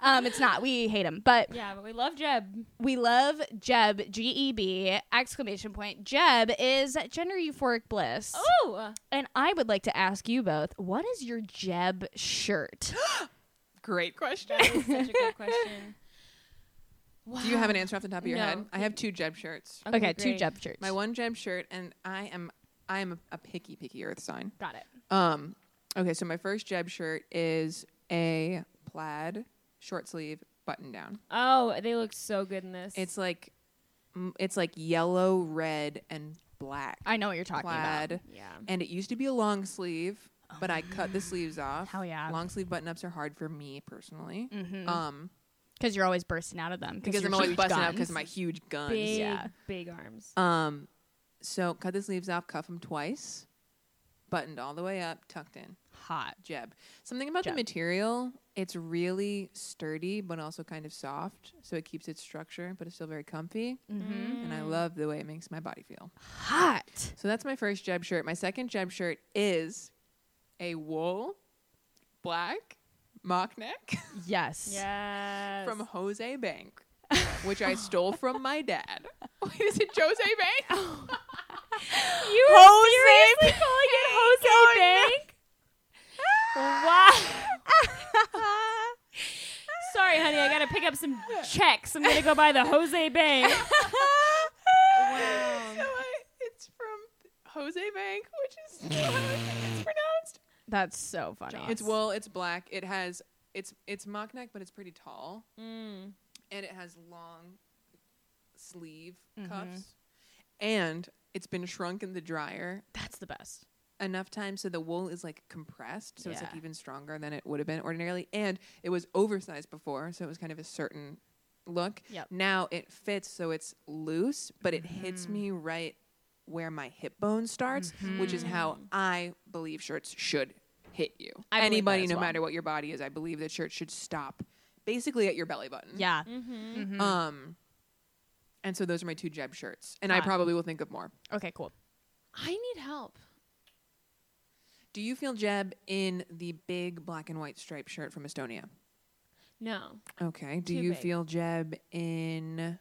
[SPEAKER 6] um, it's not. We hate him, but
[SPEAKER 1] yeah, but we love Jeb.
[SPEAKER 6] we love Jeb. G E B exclamation point. Jeb is gender euphoric bliss.
[SPEAKER 1] Oh,
[SPEAKER 6] And I would like to ask you both, what is your Jeb shirt?
[SPEAKER 3] Great question.
[SPEAKER 1] that is such a good question.
[SPEAKER 3] Do you have an answer off the top of your
[SPEAKER 1] No.
[SPEAKER 3] head? I have two Jeb shirts.
[SPEAKER 6] Okay, two
[SPEAKER 1] great.
[SPEAKER 6] Jeb shirts.
[SPEAKER 3] My one Jeb shirt, and I am I am a, a picky, picky Earth sign.
[SPEAKER 6] Got it.
[SPEAKER 3] Um, okay, so my first Jeb shirt is a plaid short sleeve button down.
[SPEAKER 1] Oh, they look so good in this.
[SPEAKER 3] It's like mm, it's like yellow, red, and black
[SPEAKER 6] I know what you're talking
[SPEAKER 3] plaid.
[SPEAKER 1] yeah.
[SPEAKER 3] And it used to be a long sleeve, but I cut the sleeves off.
[SPEAKER 6] Hell yeah.
[SPEAKER 3] Long sleeve button ups are hard for me personally.
[SPEAKER 6] about. hmm
[SPEAKER 3] Um,
[SPEAKER 6] because you're always bursting out of them.
[SPEAKER 3] because I'm always busting out because of my huge guns.
[SPEAKER 1] Big,
[SPEAKER 6] Yeah.
[SPEAKER 1] big arms.
[SPEAKER 3] Um, so cut the sleeves off, cuff them twice, buttoned all the way up, tucked in.
[SPEAKER 6] hot.
[SPEAKER 3] Jeb. Something about
[SPEAKER 6] Jeb.
[SPEAKER 3] the material, it's really sturdy but also kind of soft, so it keeps its structure, but it's still very comfy.
[SPEAKER 6] Mm-hmm.
[SPEAKER 3] And I love the way it makes my body feel.
[SPEAKER 6] Hot.
[SPEAKER 3] So that's my first Jeb shirt. My second Jeb shirt is a wool black mock neck
[SPEAKER 6] Yes.
[SPEAKER 1] Yes.
[SPEAKER 3] from Jose Bank, which I stole from my dad. Wait, is it Jose Bank?
[SPEAKER 6] Oh.
[SPEAKER 1] you Jose seriously calling it Jose Bank? wow. Sorry, honey. I gotta pick up some checks. I'm gonna go buy the Jose Bank.
[SPEAKER 3] So I- it's from Jose Bank, which is still how I think it's pronounced.
[SPEAKER 6] That's so funny.
[SPEAKER 3] It's wool. It's black. It has it's it's mock neck, but it's pretty tall,
[SPEAKER 1] Mm.
[SPEAKER 3] and it has long sleeve
[SPEAKER 1] Mm-hmm.
[SPEAKER 3] cuffs, and it's been shrunk in the dryer
[SPEAKER 6] That's the best.
[SPEAKER 3] enough times so the wool is like compressed, so it's like
[SPEAKER 6] Yeah.
[SPEAKER 3] even stronger than it would have been ordinarily, and it was oversized before, so it was kind of a certain look.
[SPEAKER 6] Yep.
[SPEAKER 3] Now it fits, so it's loose, but it
[SPEAKER 6] Mm-hmm.
[SPEAKER 3] hits me right where my hip bone starts, which is how I believe shirts should hit you.
[SPEAKER 6] Mm-hmm. I believe that
[SPEAKER 3] Anybody,
[SPEAKER 6] as
[SPEAKER 3] no
[SPEAKER 6] well.
[SPEAKER 3] matter what your body is, I believe that shirts should stop basically at your belly button.
[SPEAKER 6] Yeah.
[SPEAKER 3] Um. And so those are my two Jeb shirts, and I
[SPEAKER 6] Hot.
[SPEAKER 3] probably will think of more.
[SPEAKER 6] Okay. Cool.
[SPEAKER 1] I need help.
[SPEAKER 3] Do you feel Jeb in the big black and white striped shirt from Estonia?
[SPEAKER 1] No.
[SPEAKER 3] Okay. Do
[SPEAKER 1] Too
[SPEAKER 3] you
[SPEAKER 1] big.
[SPEAKER 3] feel Jeb in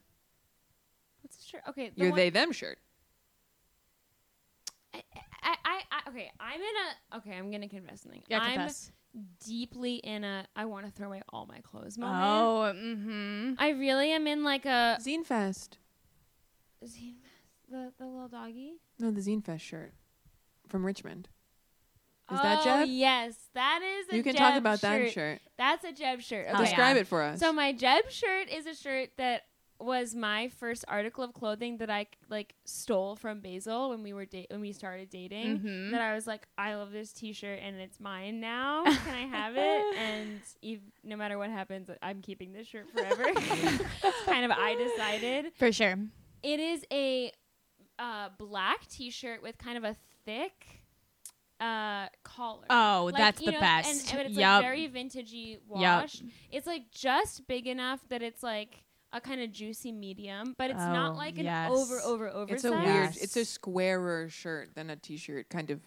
[SPEAKER 1] What's the shirt? Okay. The
[SPEAKER 3] your
[SPEAKER 1] one-
[SPEAKER 3] they them shirt?
[SPEAKER 1] I, I, I, I- okay. I'm in a. Okay. I'm gonna confess something.
[SPEAKER 6] Yeah.
[SPEAKER 1] I'm
[SPEAKER 6] Confess.
[SPEAKER 1] deeply in a. I want to throw away all my clothes moment.
[SPEAKER 6] Oh. Mm-hmm.
[SPEAKER 1] I really am in like a.
[SPEAKER 3] Zine Fest.
[SPEAKER 1] Is he the the little doggy?
[SPEAKER 3] No, the Zine Fest shirt from Richmond. Is that Jeb?
[SPEAKER 1] Oh, Yes, that is. A
[SPEAKER 3] You can
[SPEAKER 1] Jeb
[SPEAKER 3] talk about
[SPEAKER 1] shirt.
[SPEAKER 3] that shirt.
[SPEAKER 1] That's a Jeb shirt.
[SPEAKER 6] Oh,
[SPEAKER 1] Okay.
[SPEAKER 3] Describe
[SPEAKER 6] yeah.
[SPEAKER 3] it for us.
[SPEAKER 1] So my Jeb shirt is a shirt that was my first article of clothing that I like stole from Basil when we were da- when we started dating.
[SPEAKER 6] Mhm.
[SPEAKER 1] That I was like, I love this T-shirt and it's mine now. Can I have it? And ev- no matter what happens, I'm keeping this shirt forever. It's kind of I decided.
[SPEAKER 6] For sure.
[SPEAKER 1] It is a uh, black T-shirt with kind of a thick uh, collar.
[SPEAKER 6] Oh,
[SPEAKER 1] Like,
[SPEAKER 6] that's
[SPEAKER 1] you
[SPEAKER 6] the
[SPEAKER 1] know,
[SPEAKER 6] best.
[SPEAKER 1] And, and it's
[SPEAKER 6] Yup.
[SPEAKER 1] like very vintagey wash. It's like just big enough that it's like a kind of juicy medium, but it's
[SPEAKER 6] Oh,
[SPEAKER 1] not like
[SPEAKER 6] yes.
[SPEAKER 1] an over over oversized.
[SPEAKER 3] it's a weird.
[SPEAKER 6] Yes.
[SPEAKER 3] It's a squarer shirt than a t-shirt. Kind of,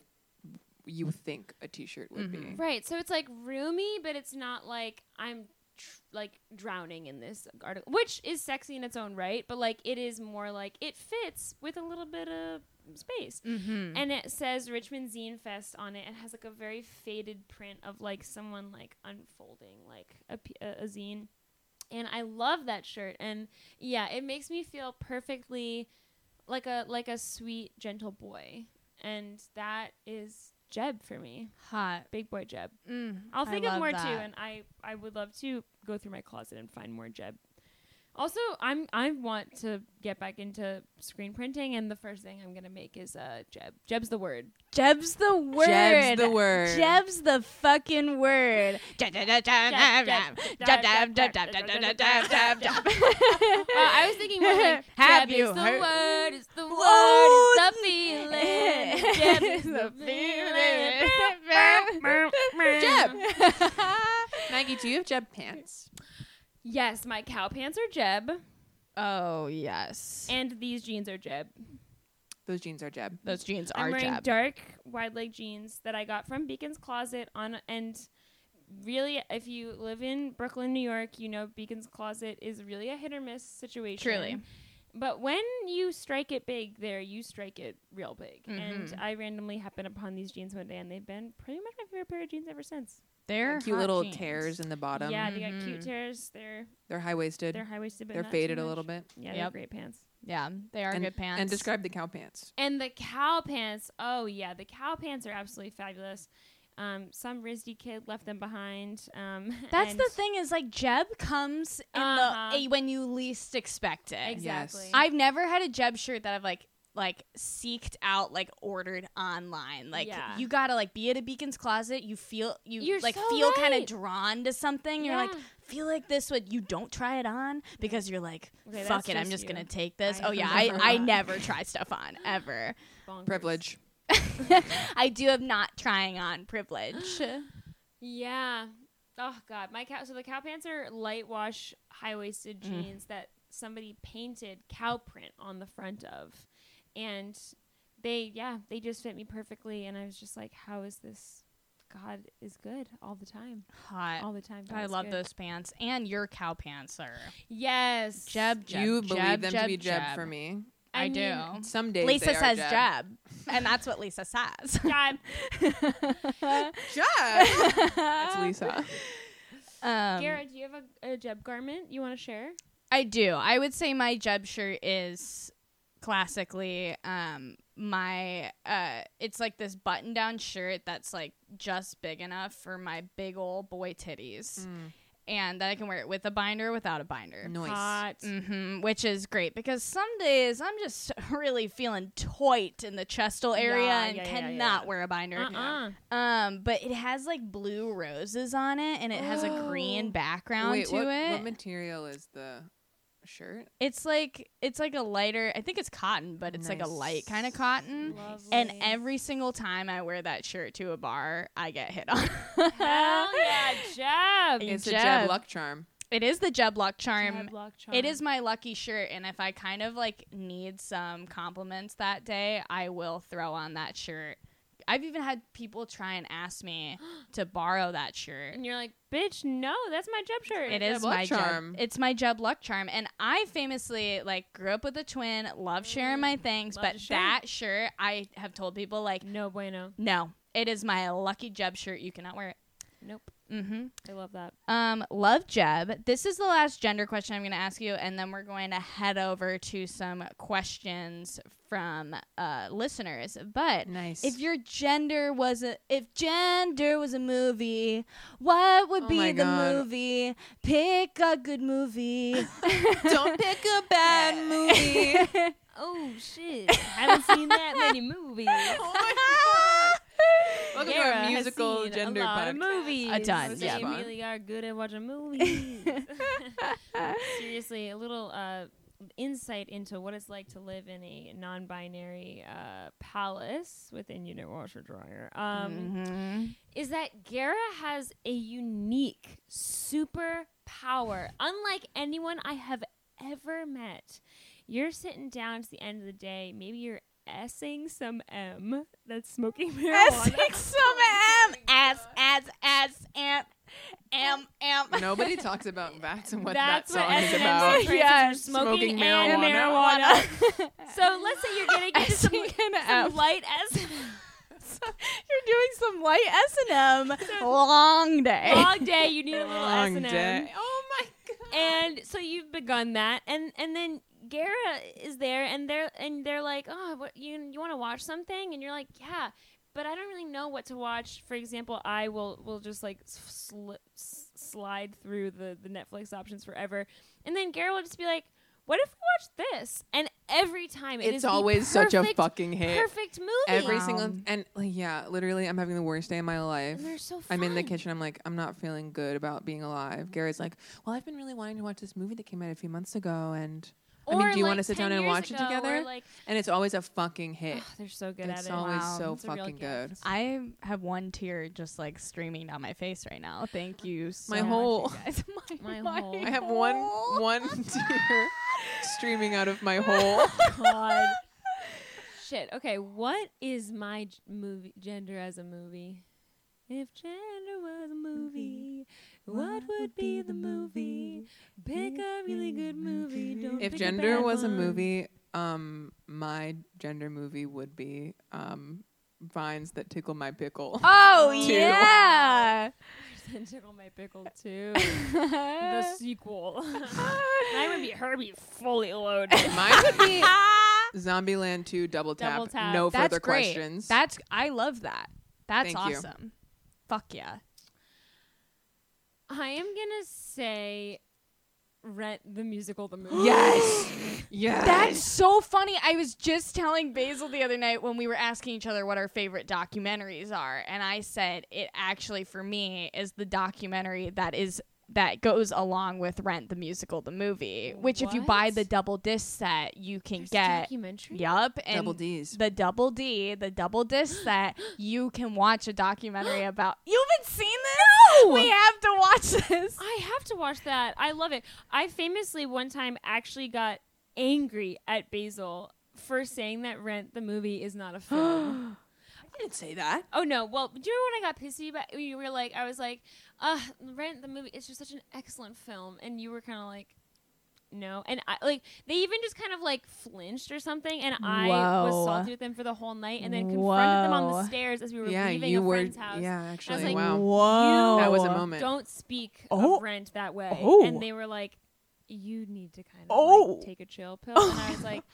[SPEAKER 3] you think a t-shirt would be.
[SPEAKER 1] Mm-hmm. right. So it's like roomy, but it's not like I'm tr- like drowning in this article, which is sexy in its own right, but like it is more like it fits with a little bit of space.
[SPEAKER 6] Mm-hmm.
[SPEAKER 1] And it says Richmond Zine Fest on it. It has like a very faded print of like someone like unfolding like a, p- a, a zine. And I love that shirt. And yeah, it makes me feel perfectly like a like a sweet gentle boy. And that is Jeb for me.
[SPEAKER 6] Hot.
[SPEAKER 1] Big boy Jeb.
[SPEAKER 6] Mm,
[SPEAKER 1] I'll
[SPEAKER 6] I
[SPEAKER 1] think of
[SPEAKER 6] love
[SPEAKER 1] more too,
[SPEAKER 6] that.
[SPEAKER 1] and I I would love to go through my closet and find more Jeb. Also, I'm I want to get back into screen printing, and the first thing I'm gonna make is uh Jeb. Jeb's the word.
[SPEAKER 6] Jeb's the word.
[SPEAKER 3] Jeb's the word.
[SPEAKER 6] Jeb's the fucking word. Jeb, jeb, jeb,
[SPEAKER 1] Jeb,
[SPEAKER 6] jeb,
[SPEAKER 1] jeb,
[SPEAKER 6] jeb. Jeb, jeb,
[SPEAKER 1] jeb,
[SPEAKER 6] jeb,
[SPEAKER 1] jeb,
[SPEAKER 6] jeb,
[SPEAKER 1] jeb,
[SPEAKER 6] jeb,
[SPEAKER 1] jeb,
[SPEAKER 6] jeb, jeb, jeb.
[SPEAKER 1] Uh, I was thinking more like
[SPEAKER 6] Have
[SPEAKER 1] Jeb
[SPEAKER 6] you
[SPEAKER 1] is the
[SPEAKER 6] heard-
[SPEAKER 1] word. It's the word.
[SPEAKER 6] Whoa.
[SPEAKER 1] It's the feeling. Jeb is the feeling. Jeb.
[SPEAKER 3] Maggie, do you have Jeb pants?
[SPEAKER 1] Yes, my cow pants are Jeb,
[SPEAKER 6] Oh yes,
[SPEAKER 1] and these jeans are Jeb.
[SPEAKER 3] Those jeans are Jeb.
[SPEAKER 6] those jeans
[SPEAKER 1] I'm
[SPEAKER 6] are
[SPEAKER 1] wearing
[SPEAKER 6] Jeb.
[SPEAKER 1] dark wide leg jeans that I got from Beacon's Closet on and really if you live in Brooklyn, New York, you know Beacon's Closet is really a hit or miss situation.
[SPEAKER 6] Truly.
[SPEAKER 1] But when you strike it big there, you strike it real big.
[SPEAKER 3] Mm-hmm.
[SPEAKER 6] Mhm.
[SPEAKER 1] And I randomly happened upon these jeans one day and they've been pretty much my favorite pair of jeans ever since.
[SPEAKER 6] They're
[SPEAKER 3] Cute
[SPEAKER 6] hot
[SPEAKER 3] little
[SPEAKER 6] jeans.
[SPEAKER 3] tears in the bottom.
[SPEAKER 1] yeah, they got
[SPEAKER 6] Mhm.
[SPEAKER 1] cute tears. They're
[SPEAKER 3] They're high waisted.
[SPEAKER 1] they're high waisted but
[SPEAKER 3] They're
[SPEAKER 1] not too
[SPEAKER 3] faded a
[SPEAKER 1] much.
[SPEAKER 3] little bit.
[SPEAKER 1] Yeah,
[SPEAKER 6] Yep.
[SPEAKER 1] they're great pants.
[SPEAKER 6] Yeah, they are
[SPEAKER 3] and,
[SPEAKER 6] good pants.
[SPEAKER 3] And describe the cow pants.
[SPEAKER 1] And the cow pants, oh yeah, the cow pants are absolutely fabulous. Um, some RISD kid left them behind. Um,
[SPEAKER 6] That's
[SPEAKER 1] and-
[SPEAKER 6] the thing is like Jeb comes in
[SPEAKER 1] Uh-huh.
[SPEAKER 6] the eh, when you least expect it.
[SPEAKER 1] Exactly.
[SPEAKER 3] Yes.
[SPEAKER 6] I've never had a Jeb shirt that I've like like seeked out like ordered online like
[SPEAKER 1] Yeah.
[SPEAKER 6] you gotta like be at a beacon's closet you feel you
[SPEAKER 1] You're
[SPEAKER 6] like
[SPEAKER 1] so
[SPEAKER 6] feel kind of
[SPEAKER 1] right.
[SPEAKER 6] drawn to something you're like
[SPEAKER 1] Yeah.
[SPEAKER 6] feel like this would you don't try it on because you're like
[SPEAKER 1] Okay,
[SPEAKER 6] fuck
[SPEAKER 1] that's
[SPEAKER 6] it i'm
[SPEAKER 1] just
[SPEAKER 6] just
[SPEAKER 1] you.
[SPEAKER 6] gonna take this
[SPEAKER 1] I
[SPEAKER 6] oh yeah I,
[SPEAKER 1] remember
[SPEAKER 6] I
[SPEAKER 1] that.
[SPEAKER 6] never try stuff on ever
[SPEAKER 1] Bonkers.
[SPEAKER 3] Privilege.
[SPEAKER 6] i do have not trying on privilege
[SPEAKER 1] Yeah. Oh god, my cow. So the cow pants are light wash, high waisted
[SPEAKER 6] Mm.
[SPEAKER 1] jeans that somebody painted cow print on the front of, and they yeah they just fit me perfectly. And I was just like, how is this? God is good all the time,
[SPEAKER 6] hot
[SPEAKER 1] all the time. God
[SPEAKER 6] I
[SPEAKER 1] is
[SPEAKER 6] love
[SPEAKER 1] Oh, good.
[SPEAKER 6] those pants and your cow pants are
[SPEAKER 1] Yes,
[SPEAKER 6] Jeb. Jeb
[SPEAKER 3] you believe
[SPEAKER 6] Jeb,
[SPEAKER 3] them
[SPEAKER 6] Jeb,
[SPEAKER 3] to be Jeb,
[SPEAKER 6] Jeb.
[SPEAKER 3] for me.
[SPEAKER 6] I,
[SPEAKER 1] I mean-
[SPEAKER 6] do.
[SPEAKER 3] Some days
[SPEAKER 6] Lisa
[SPEAKER 3] they are
[SPEAKER 6] says
[SPEAKER 3] Jeb.
[SPEAKER 6] Jeb, and that's what Lisa says.
[SPEAKER 1] God.
[SPEAKER 3] Jeb. That's Lisa.
[SPEAKER 6] Um,
[SPEAKER 1] Garrett, do you have a, a Jeb garment you want to share?
[SPEAKER 6] I do. I would say my Jeb shirt is classically um my uh it's like this button down shirt that's like just big enough for my big old boy titties
[SPEAKER 1] Mm.
[SPEAKER 6] and that I can wear it with a binder without a binder.
[SPEAKER 3] Noise.
[SPEAKER 1] Hot.
[SPEAKER 6] hmm which is great because some days I'm just really feeling tight in the chestal area
[SPEAKER 1] Yeah,
[SPEAKER 6] and
[SPEAKER 1] yeah, yeah,
[SPEAKER 6] cannot
[SPEAKER 1] yeah.
[SPEAKER 6] wear a binder.
[SPEAKER 1] Uh-uh.
[SPEAKER 6] Um, but it has like blue roses on it, and it has a green
[SPEAKER 3] Oh.
[SPEAKER 6] background
[SPEAKER 3] Wait,
[SPEAKER 6] to
[SPEAKER 3] what,
[SPEAKER 6] it.
[SPEAKER 3] what material is the shirt?
[SPEAKER 6] it's like it's like a lighter. I think it's cotton, but it's like a light kind of cotton. And
[SPEAKER 1] Lovely.
[SPEAKER 6] every single time I wear that shirt to a bar, I get hit on.
[SPEAKER 1] Hell yeah, Jeb.
[SPEAKER 6] Hey,
[SPEAKER 3] It's a
[SPEAKER 6] Jeb.
[SPEAKER 3] Jeb luck charm.
[SPEAKER 6] It is the Jeb Luck charm.
[SPEAKER 1] Jeb Um, Lock
[SPEAKER 6] It
[SPEAKER 1] Charm.
[SPEAKER 6] is my lucky shirt, and if I kind of like need some compliments that day, I will throw on that shirt. I've even had people try and ask me to borrow that shirt.
[SPEAKER 1] And you're like, bitch, no, that's my Jeb shirt.
[SPEAKER 6] It is
[SPEAKER 3] Jeb luck
[SPEAKER 6] my charm.
[SPEAKER 3] charm.
[SPEAKER 6] Jeb, it's my Jeb luck charm, and I famously like grew up with a twin, love sharing my things,
[SPEAKER 1] Love
[SPEAKER 6] but
[SPEAKER 1] to share.
[SPEAKER 6] that shirt I have told people like,
[SPEAKER 1] No bueno.
[SPEAKER 6] no, it is my lucky Jeb shirt. You cannot wear it.
[SPEAKER 1] Nope.
[SPEAKER 6] Mm-hmm.
[SPEAKER 1] I love that.
[SPEAKER 6] Um, love Jeb. This is the last gender question I'm going to ask you, and then we're going to head over to some questions from uh, listeners. But
[SPEAKER 3] Nice.
[SPEAKER 6] if your gender was a if gender was a movie, what would
[SPEAKER 3] Oh
[SPEAKER 6] be
[SPEAKER 3] my
[SPEAKER 6] the
[SPEAKER 3] God.
[SPEAKER 6] movie? Pick a good movie.
[SPEAKER 3] don't pick a bad movie.
[SPEAKER 1] Oh shit! haven't seen that many movies.
[SPEAKER 3] Welcome to our musical gender podcast.
[SPEAKER 1] movies.
[SPEAKER 6] A done,
[SPEAKER 1] They
[SPEAKER 6] yeah.
[SPEAKER 1] really are good at watching movies. Seriously, a little uh, insight into what it's like to live in a non-binary uh, palace with a unit washer dryer. Um,
[SPEAKER 3] Mm-hmm.
[SPEAKER 1] is that Gara has a unique super power, unlike anyone I have ever met. You're sitting down to the end of the day, maybe you're essing some M that's smoking marijuana.
[SPEAKER 6] Essex some M S S S M Am am.
[SPEAKER 3] Nobody talks about that and what
[SPEAKER 1] That's
[SPEAKER 3] that song
[SPEAKER 1] what
[SPEAKER 3] is
[SPEAKER 1] S&M
[SPEAKER 3] about.
[SPEAKER 1] stands for.
[SPEAKER 6] Yes.
[SPEAKER 1] It's smoking,
[SPEAKER 3] Smoking
[SPEAKER 1] and
[SPEAKER 3] marijuana.
[SPEAKER 1] marijuana. so let's say you're gonna get some,
[SPEAKER 6] Sing an
[SPEAKER 1] some
[SPEAKER 6] F.
[SPEAKER 1] light S
[SPEAKER 6] You're doing some light S and M. Long day.
[SPEAKER 1] long day. You need a little S
[SPEAKER 3] Long
[SPEAKER 1] and M.
[SPEAKER 3] day. Oh my god.
[SPEAKER 1] And so you've begun that, and and then Gara is there, and they're and they're like, oh, what, you you want to watch something? And you're like, yeah, but I don't really know what to watch. For example, I will will just like sl- s- slide through the the Netflix options forever, and then Gara will just be like, what if we watch this? And every time it
[SPEAKER 3] it's
[SPEAKER 1] is the
[SPEAKER 3] always such a
[SPEAKER 1] perfect-
[SPEAKER 3] fucking hit.
[SPEAKER 1] perfect movie.
[SPEAKER 3] Every
[SPEAKER 6] Wow.
[SPEAKER 3] single and like, yeah, literally, I'm having the worst day of my life.
[SPEAKER 1] and they're so. Fun.
[SPEAKER 3] I'm in the kitchen. I'm like, I'm not feeling good about being alive. Gary's like, Well, I've been really wanting to watch this movie that came out a few months ago, and I mean,
[SPEAKER 1] Or,
[SPEAKER 3] do you
[SPEAKER 1] like,
[SPEAKER 3] want to sit
[SPEAKER 1] 10
[SPEAKER 3] down and
[SPEAKER 1] years
[SPEAKER 3] watch
[SPEAKER 1] ago,
[SPEAKER 3] it
[SPEAKER 1] or,
[SPEAKER 3] together?
[SPEAKER 1] like,
[SPEAKER 3] and it's always a fucking hit.
[SPEAKER 1] oh, they're so good
[SPEAKER 3] it's
[SPEAKER 1] at it.
[SPEAKER 3] always
[SPEAKER 6] Wow.
[SPEAKER 3] so
[SPEAKER 1] It's a real
[SPEAKER 3] fucking
[SPEAKER 1] gift.
[SPEAKER 3] good.
[SPEAKER 6] I have one tear just like streaming down my face right now. Thank you so
[SPEAKER 3] My
[SPEAKER 6] much, you
[SPEAKER 3] whole-
[SPEAKER 6] guys.
[SPEAKER 1] My whole-
[SPEAKER 3] I have one one tear streaming out of my hole.
[SPEAKER 1] God. Shit. Okay, what is my g- movie gender as a movie? If gender was a movie, what would be the movie? Pick a really good movie. Don't
[SPEAKER 3] if
[SPEAKER 1] pick a
[SPEAKER 3] gender
[SPEAKER 1] bad
[SPEAKER 3] was a
[SPEAKER 1] one.
[SPEAKER 3] movie, um, my gender movie would be um, vines that tickle my pickle.
[SPEAKER 6] Oh
[SPEAKER 3] Two.
[SPEAKER 6] yeah.
[SPEAKER 1] Then Tickle My Pickle too. the sequel. Mine would be Herbie Fully Loaded.
[SPEAKER 3] Mine would be Zombieland 2 Double Tap.
[SPEAKER 1] Double Tap.
[SPEAKER 3] No
[SPEAKER 6] That's
[SPEAKER 3] further
[SPEAKER 6] great.
[SPEAKER 3] questions.
[SPEAKER 6] That's I love that. That's
[SPEAKER 3] Thank you.
[SPEAKER 6] awesome. Fuck yeah.
[SPEAKER 1] I am gonna say Rent the Musical the movie.
[SPEAKER 3] yes. yes.
[SPEAKER 6] That's so funny. I was just telling Basil the other night when we were asking each other what our favorite documentaries are, and I said it actually for me is the documentary that is that goes along with Rent the musical, the movie. Which if you buy
[SPEAKER 1] What?
[SPEAKER 6] the double disc set, you can
[SPEAKER 1] There's a
[SPEAKER 6] get.
[SPEAKER 1] documentary.
[SPEAKER 6] Yup, and
[SPEAKER 3] Double D's.
[SPEAKER 6] the double D, the double disc set. You can watch a documentary about. You haven't seen this? We have to watch this.
[SPEAKER 1] I have to watch that. I love it. I famously one time actually got angry at Basil for saying that Rent the movie is not a film.
[SPEAKER 3] I didn't say that.
[SPEAKER 1] oh no! Well, do you remember when I got pissy about? You were like, I was like, "Uh, Rent the movie. It's just such an excellent film," and you were kind of like. No, and I like they even just kind of like flinched or something, and I
[SPEAKER 6] Whoa.
[SPEAKER 1] was salty with them for the whole night, and then confronted them on
[SPEAKER 6] Whoa.
[SPEAKER 1] the stairs as we were
[SPEAKER 3] yeah,
[SPEAKER 1] leaving
[SPEAKER 3] you
[SPEAKER 1] a
[SPEAKER 3] were.
[SPEAKER 1] friend's house.
[SPEAKER 3] Yeah, actually.
[SPEAKER 1] like,
[SPEAKER 3] wow.
[SPEAKER 6] Whoa.
[SPEAKER 3] That was a moment.
[SPEAKER 1] Don't speak
[SPEAKER 6] Oh.
[SPEAKER 1] of rent that way.
[SPEAKER 6] Oh.
[SPEAKER 1] And they were like, you need to kind of
[SPEAKER 6] Oh.
[SPEAKER 1] like, take a chill pill. And I was like,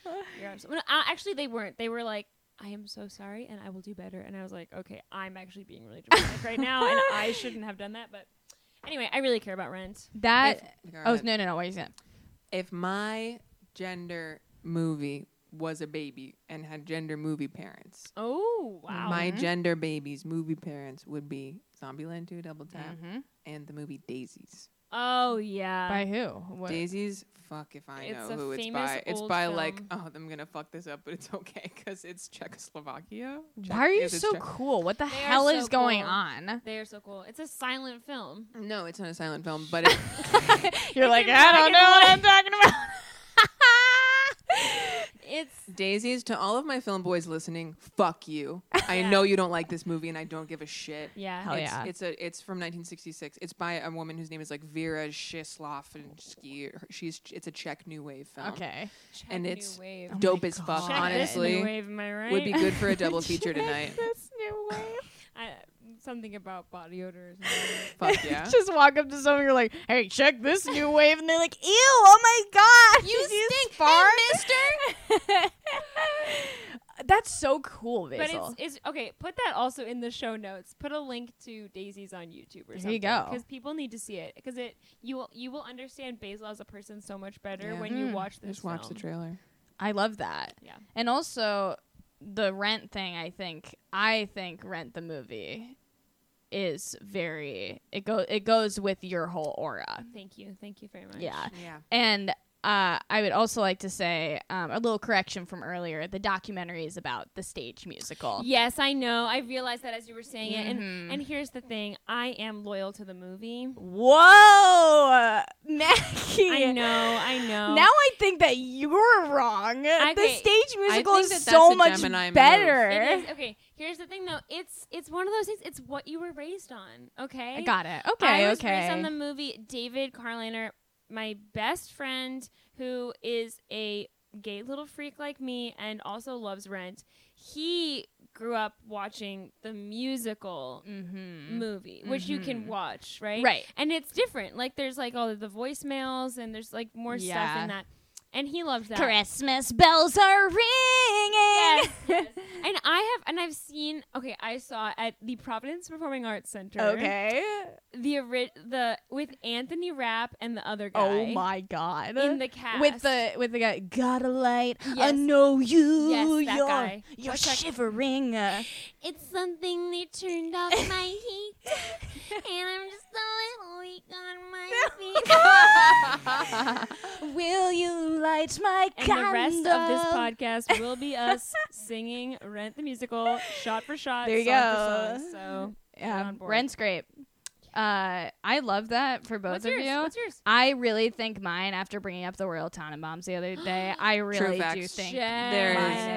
[SPEAKER 1] You're abs- no, I- actually, they weren't. They were like, I am so sorry and I will do better. And I was like, okay, I'm actually being really dramatic right now and I shouldn't have done that. But anyway, I really care about rent.
[SPEAKER 6] That.
[SPEAKER 3] Go
[SPEAKER 6] oh
[SPEAKER 3] ahead.
[SPEAKER 6] no no no! What are you saying?
[SPEAKER 3] If my gender movie was a baby and had gender movie parents,
[SPEAKER 1] Oh, wow.
[SPEAKER 3] my gender baby's movie parents would be Zombieland 2 Double Tap and the movie Daisies.
[SPEAKER 1] oh, yeah.
[SPEAKER 6] By who? What?
[SPEAKER 3] Daisies, fuck if I
[SPEAKER 1] It's
[SPEAKER 3] know
[SPEAKER 1] a
[SPEAKER 3] who it's
[SPEAKER 1] famous
[SPEAKER 3] by. It's
[SPEAKER 1] old
[SPEAKER 3] by like,
[SPEAKER 1] film.
[SPEAKER 3] oh, I'm gonna fuck this up, but it's okay because it's Czechoslovakia. Czech-
[SPEAKER 6] Why are you
[SPEAKER 3] yes, it's
[SPEAKER 6] so
[SPEAKER 3] Czech-
[SPEAKER 6] cool? What the
[SPEAKER 1] They are
[SPEAKER 6] hell
[SPEAKER 1] so
[SPEAKER 6] is going
[SPEAKER 1] cool.
[SPEAKER 6] on?
[SPEAKER 1] They are so cool. It's a silent film.
[SPEAKER 3] No, it's not a silent film, but it,
[SPEAKER 6] You're like,
[SPEAKER 1] in
[SPEAKER 6] I
[SPEAKER 1] black
[SPEAKER 6] don't
[SPEAKER 1] and
[SPEAKER 6] know what I'm talking about.
[SPEAKER 1] It's
[SPEAKER 3] Daisies to all of my film boys listening. Fuck you. I know you don't like this movie, and I don't give a shit.
[SPEAKER 1] yeah.
[SPEAKER 6] Hell
[SPEAKER 3] it's,
[SPEAKER 6] yeah.
[SPEAKER 3] It's a it's from 1966. It's by a woman whose name is like Vera Shislavsky. She's it's a Czech new wave film.
[SPEAKER 6] Okay. Oh
[SPEAKER 1] Check
[SPEAKER 3] and
[SPEAKER 1] new
[SPEAKER 3] it's
[SPEAKER 1] wave.
[SPEAKER 6] my
[SPEAKER 3] dope as fuck.
[SPEAKER 6] God.
[SPEAKER 1] Check this new
[SPEAKER 3] honestly,
[SPEAKER 1] wave, am I right?
[SPEAKER 3] would be good for a double feature tonight.
[SPEAKER 6] This new wave.
[SPEAKER 1] I, something about body odor. Or
[SPEAKER 3] Fuck yeah.
[SPEAKER 6] Just walk up to someone, you're like, hey, check this new wave. And they're like, ew, oh my God. You stink, mister. That's so cool,
[SPEAKER 1] but
[SPEAKER 6] Basil.
[SPEAKER 1] it's, it's okay. Put that also in the show notes. Put a link to Daisy's on YouTube or
[SPEAKER 6] There
[SPEAKER 1] something.
[SPEAKER 6] you go.
[SPEAKER 1] Because people need to see it. Because it you will you will understand Basil as a person so much better
[SPEAKER 3] Yeah.
[SPEAKER 1] when you watch this.
[SPEAKER 3] Just watch the
[SPEAKER 1] film.
[SPEAKER 3] trailer.
[SPEAKER 6] I love that.
[SPEAKER 1] Yeah.
[SPEAKER 6] And also the rent thing, I think I think rent the movie is very it go it goes with your whole aura.
[SPEAKER 1] Thank you. Thank you very much.
[SPEAKER 6] Yeah.
[SPEAKER 3] Yeah.
[SPEAKER 6] And uh, I would also like to say um, a little correction from earlier. The documentary is about the stage musical.
[SPEAKER 1] Yes, I know. I realized that as you were saying it.
[SPEAKER 6] Mm-hmm.
[SPEAKER 1] And and here's the thing. I am loyal to the movie.
[SPEAKER 6] Whoa, Maggie!
[SPEAKER 1] I know. I know.
[SPEAKER 6] Now I think that you're wrong. the
[SPEAKER 1] Okay.
[SPEAKER 6] stage musical
[SPEAKER 3] think that
[SPEAKER 6] is
[SPEAKER 3] that's
[SPEAKER 6] so
[SPEAKER 3] a
[SPEAKER 6] much
[SPEAKER 3] Gemini move.
[SPEAKER 6] better.
[SPEAKER 1] It is. Okay, here's the thing though. It's it's one of those things. It's what you were raised on. Okay.
[SPEAKER 6] I got it.
[SPEAKER 1] I
[SPEAKER 6] Okay,
[SPEAKER 1] was
[SPEAKER 6] okay.
[SPEAKER 1] raised on the movie David Carliner, my best friend, who is a gay little freak like me and also loves Rent. He grew up watching the musical
[SPEAKER 6] mm-hmm.
[SPEAKER 1] movie, which you
[SPEAKER 6] Mhm.
[SPEAKER 1] can watch, right?
[SPEAKER 6] Right.
[SPEAKER 1] And it's different. Like there's like all of the voicemails and there's like more stuff
[SPEAKER 6] Yeah.
[SPEAKER 1] in that. And he loved that.
[SPEAKER 2] Christmas bells are ringing.
[SPEAKER 1] Yes, yes. and I have, and I've seen. Okay, I saw at the Providence Performing Arts Center.
[SPEAKER 6] Okay.
[SPEAKER 1] the ori- the with Anthony Rapp and the other guy.
[SPEAKER 6] Oh my god.
[SPEAKER 1] In the cast
[SPEAKER 6] with the with the guy got a light. I
[SPEAKER 1] Yes.
[SPEAKER 6] know you.
[SPEAKER 1] Yes, that
[SPEAKER 6] you're
[SPEAKER 1] guy.
[SPEAKER 6] you're
[SPEAKER 1] What's that-
[SPEAKER 6] shivering.
[SPEAKER 1] It's something they turned off my heat, and I'm just a little weak on my feet.
[SPEAKER 6] Will you light my
[SPEAKER 1] And
[SPEAKER 6] candle?
[SPEAKER 1] the rest of this podcast will be us singing "Rent the Musical" shot for shot.
[SPEAKER 6] There you
[SPEAKER 1] song
[SPEAKER 6] go.
[SPEAKER 1] For song, so
[SPEAKER 6] Yeah,
[SPEAKER 1] on board.
[SPEAKER 6] rent's great. Uh, I love that for both
[SPEAKER 1] what's
[SPEAKER 6] of
[SPEAKER 1] yours?
[SPEAKER 6] you.
[SPEAKER 1] What's yours?
[SPEAKER 6] I really think mine after bringing up the Royal Tannenbaums the other day. I really do
[SPEAKER 3] facts.
[SPEAKER 6] think
[SPEAKER 3] There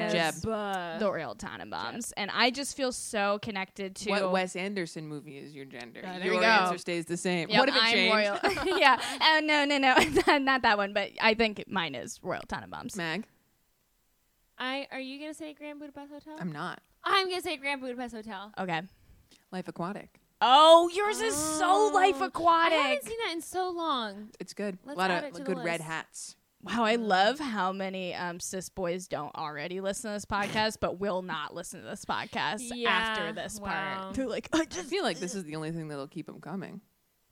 [SPEAKER 3] is
[SPEAKER 6] Jeb.
[SPEAKER 1] Jeb.
[SPEAKER 6] the Royal Tannenbaums, and I just feel so connected to
[SPEAKER 3] What Wes Anderson movie is your gender?
[SPEAKER 6] Yeah, there
[SPEAKER 3] your
[SPEAKER 6] we go.
[SPEAKER 3] answer stays the same.
[SPEAKER 6] Yep,
[SPEAKER 3] what if it
[SPEAKER 6] I'm
[SPEAKER 3] changed?
[SPEAKER 6] Royal. yeah. Oh no, no, no, not that one. But I think mine is Royal Tannenbaums.
[SPEAKER 3] Mag,
[SPEAKER 1] I are you gonna say Grand Budapest Hotel?
[SPEAKER 3] I'm not.
[SPEAKER 1] I'm gonna say Grand Budapest Hotel.
[SPEAKER 6] Okay.
[SPEAKER 3] Life Aquatic.
[SPEAKER 6] Oh, yours is so
[SPEAKER 1] Oh.
[SPEAKER 6] life
[SPEAKER 1] I haven't
[SPEAKER 6] aquatic.
[SPEAKER 1] seen that in so long.
[SPEAKER 3] It's good.
[SPEAKER 1] Let's
[SPEAKER 3] a lot
[SPEAKER 1] add
[SPEAKER 3] of
[SPEAKER 1] it to the
[SPEAKER 3] good red
[SPEAKER 1] list.
[SPEAKER 3] hats.
[SPEAKER 6] Wow, I love how many um, cis boys don't already listen to this podcast, but will not listen to this podcast
[SPEAKER 1] Yeah,
[SPEAKER 6] after this
[SPEAKER 1] wow.
[SPEAKER 6] part. They're like, I
[SPEAKER 3] I
[SPEAKER 6] just
[SPEAKER 3] feel like this is the only thing that'll keep them coming.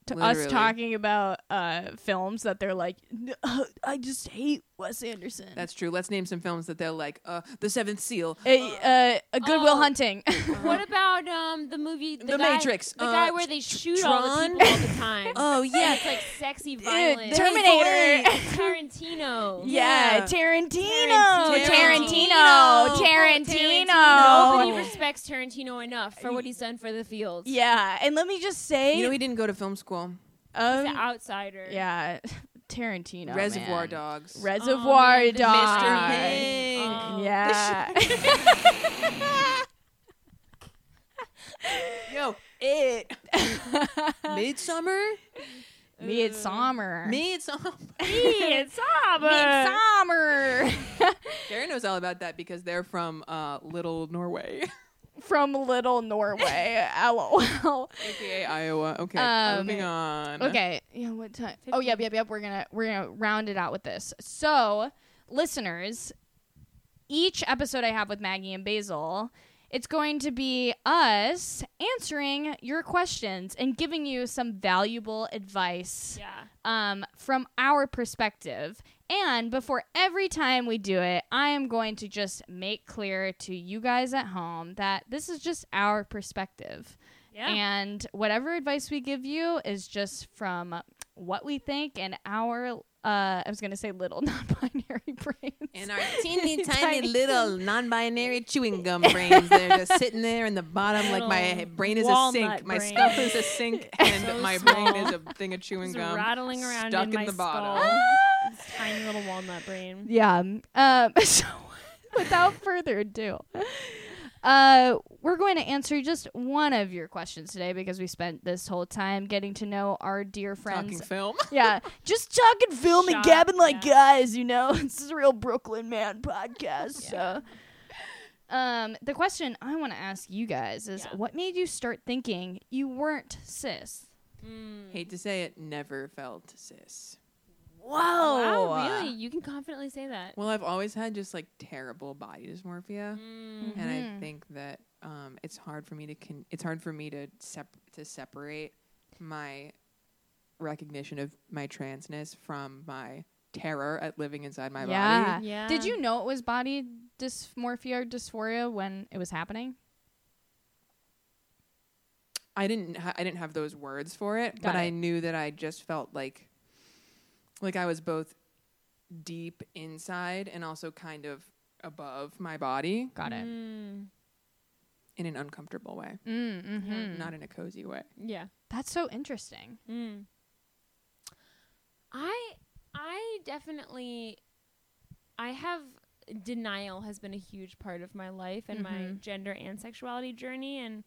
[SPEAKER 6] to us
[SPEAKER 3] Literally.
[SPEAKER 6] talking about uh, films that they're like, "N- uh, I just hate Wes Anderson.
[SPEAKER 3] That's true. Let's name some films that they're like, uh, The Seventh Seal,
[SPEAKER 6] a, uh, a Goodwill
[SPEAKER 1] Oh.
[SPEAKER 6] Hunting.
[SPEAKER 1] What about um the movie The,
[SPEAKER 3] The
[SPEAKER 1] guy-
[SPEAKER 3] Matrix,
[SPEAKER 1] The
[SPEAKER 3] uh,
[SPEAKER 1] guy where they shoot all the
[SPEAKER 3] Tron?
[SPEAKER 1] people all the time.
[SPEAKER 3] Oh, yeah.
[SPEAKER 1] it's like sexy violence.
[SPEAKER 6] Terminator.
[SPEAKER 1] Tarantino. Oh,
[SPEAKER 6] Yeah,
[SPEAKER 3] Yeah.
[SPEAKER 6] Tarantino. Tarantino.
[SPEAKER 3] Tarantino.
[SPEAKER 1] Nobody
[SPEAKER 6] Tarantino.
[SPEAKER 3] Tarantino.
[SPEAKER 1] respects Tarantino enough for what he's done for the field.
[SPEAKER 6] Yeah, and let me just say,
[SPEAKER 3] You know, he didn't go to film school.
[SPEAKER 1] He's an
[SPEAKER 6] um,
[SPEAKER 1] outsider. Oh,
[SPEAKER 6] yeah, Tarantino.
[SPEAKER 3] Reservoir
[SPEAKER 6] man.
[SPEAKER 3] Dogs.
[SPEAKER 6] Reservoir
[SPEAKER 1] man, the
[SPEAKER 6] Dogs.
[SPEAKER 3] Mr. Pig.
[SPEAKER 1] Oh.
[SPEAKER 6] Yeah.
[SPEAKER 3] Yo, it. Midsummer?
[SPEAKER 6] Midsummer.
[SPEAKER 3] Midsummer.
[SPEAKER 1] it's Abba.
[SPEAKER 6] Midsummer.
[SPEAKER 3] Karen knows all about that because they're from uh, Little Norway,
[SPEAKER 6] From Little Norway. LOL.
[SPEAKER 3] aka Iowa. Okay, uh,
[SPEAKER 6] Um,
[SPEAKER 3] moving on.
[SPEAKER 6] Okay. Yeah. What time? Oh, yep, yep, yep. We're gonna we're gonna round it out with this. So, listeners, each episode I have with Maggie and Basil, it's going to be us answering your questions and giving you some valuable advice
[SPEAKER 1] Yeah.
[SPEAKER 6] um, from our perspective. And before every time we do it, I am going to just make clear to you guys at home that this is just our perspective.
[SPEAKER 1] Yeah.
[SPEAKER 6] And whatever advice we give you is just from what we think and our, uh, I was going to say little non binary brains.
[SPEAKER 3] And our teeny tiny
[SPEAKER 6] Tiny.
[SPEAKER 3] little non-binary chewing gum brains. They're just sitting there in the bottom, like my
[SPEAKER 1] Little
[SPEAKER 3] brain is a
[SPEAKER 1] Oh, walnut
[SPEAKER 3] sink, my
[SPEAKER 1] brain.
[SPEAKER 3] skull is a sink, and
[SPEAKER 1] So
[SPEAKER 3] my
[SPEAKER 1] small.
[SPEAKER 3] brain is a thing of chewing
[SPEAKER 1] It's
[SPEAKER 3] gum
[SPEAKER 1] rattling around
[SPEAKER 3] stuck
[SPEAKER 1] in my
[SPEAKER 3] the
[SPEAKER 1] skull.
[SPEAKER 3] bottom.
[SPEAKER 6] Ah.
[SPEAKER 1] This tiny little walnut brain.
[SPEAKER 6] Yeah. Um, so, without further ado, uh, we're going to answer just one of your questions today because we spent this whole time getting to know our dear
[SPEAKER 3] Talking
[SPEAKER 6] friends.
[SPEAKER 3] film.
[SPEAKER 6] yeah, just talking film and
[SPEAKER 1] Shop,
[SPEAKER 6] gabbing like
[SPEAKER 1] yeah.
[SPEAKER 6] guys. You know, this is a real Brooklyn man podcast. So. Um, the question I want to ask you guys is
[SPEAKER 1] Yeah.
[SPEAKER 6] what made you start thinking you weren't cis?
[SPEAKER 1] Mm.
[SPEAKER 3] Hate to say it, never felt cis.
[SPEAKER 6] Whoa.
[SPEAKER 1] Wow, really? You can confidently say that.
[SPEAKER 3] Well, I've always had just like terrible body
[SPEAKER 1] Mm.
[SPEAKER 3] dysmorphia, Mm-hmm. and
[SPEAKER 6] Mhm.
[SPEAKER 3] I think that um, it's hard for me to con- it's hard for me to sep- to separate my recognition of my transness from my terror at living inside my body.
[SPEAKER 6] yeah.
[SPEAKER 1] Yeah.
[SPEAKER 6] Did you know it was body dysmorphia or dysphoria when it was happening?
[SPEAKER 3] I didn't ha- I didn't have those words for it,
[SPEAKER 6] Got
[SPEAKER 3] but I
[SPEAKER 6] it.
[SPEAKER 3] knew that I just felt like like I was both deep inside and also kind of above my body
[SPEAKER 6] Got it.
[SPEAKER 1] Mm.
[SPEAKER 3] in an uncomfortable way,
[SPEAKER 6] Mm, mhm.
[SPEAKER 1] Hmm.
[SPEAKER 3] not in a cozy way.
[SPEAKER 1] Yeah.
[SPEAKER 6] That's so
[SPEAKER 3] Mm.
[SPEAKER 6] interesting.
[SPEAKER 1] Mm. I I definitely I have denial has been a huge part of my life and my
[SPEAKER 3] Mm-hmm.
[SPEAKER 1] gender and sexuality journey and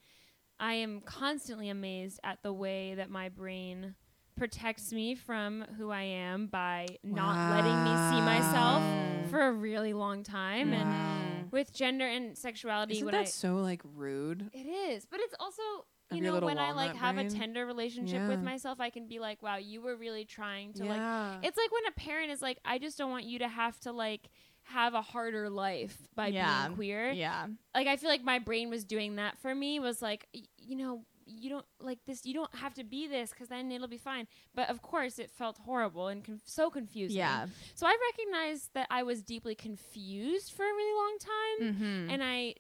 [SPEAKER 1] I am constantly amazed at the way that my brain protects me from who I am by not letting me see myself for a really long time and with gender and sexuality
[SPEAKER 3] Isn't
[SPEAKER 1] when
[SPEAKER 3] that
[SPEAKER 1] I,
[SPEAKER 3] so like rude?
[SPEAKER 1] it is, but it's also
[SPEAKER 3] Of
[SPEAKER 1] you
[SPEAKER 3] your
[SPEAKER 1] know
[SPEAKER 3] little
[SPEAKER 1] when I like
[SPEAKER 3] walnut
[SPEAKER 1] have a
[SPEAKER 3] brain?
[SPEAKER 1] tender relationship with
[SPEAKER 3] Yeah.
[SPEAKER 1] myself, I can be like, wow, you were really trying to
[SPEAKER 3] Yeah.
[SPEAKER 1] like. It's like when a parent is like, I just don't want you to have to like have a harder life by
[SPEAKER 6] Yeah.
[SPEAKER 1] being queer.
[SPEAKER 6] Yeah.
[SPEAKER 1] Like I feel like my brain was doing that for me. Was like, y- you know. You don't like this. You don't have to be this because then it'll be fine. But of course, it felt horrible and conf- so confusing.
[SPEAKER 6] Yeah.
[SPEAKER 1] So I recognized that I was deeply confused for a really long time
[SPEAKER 6] Mm-hmm.
[SPEAKER 3] Mm.
[SPEAKER 1] and I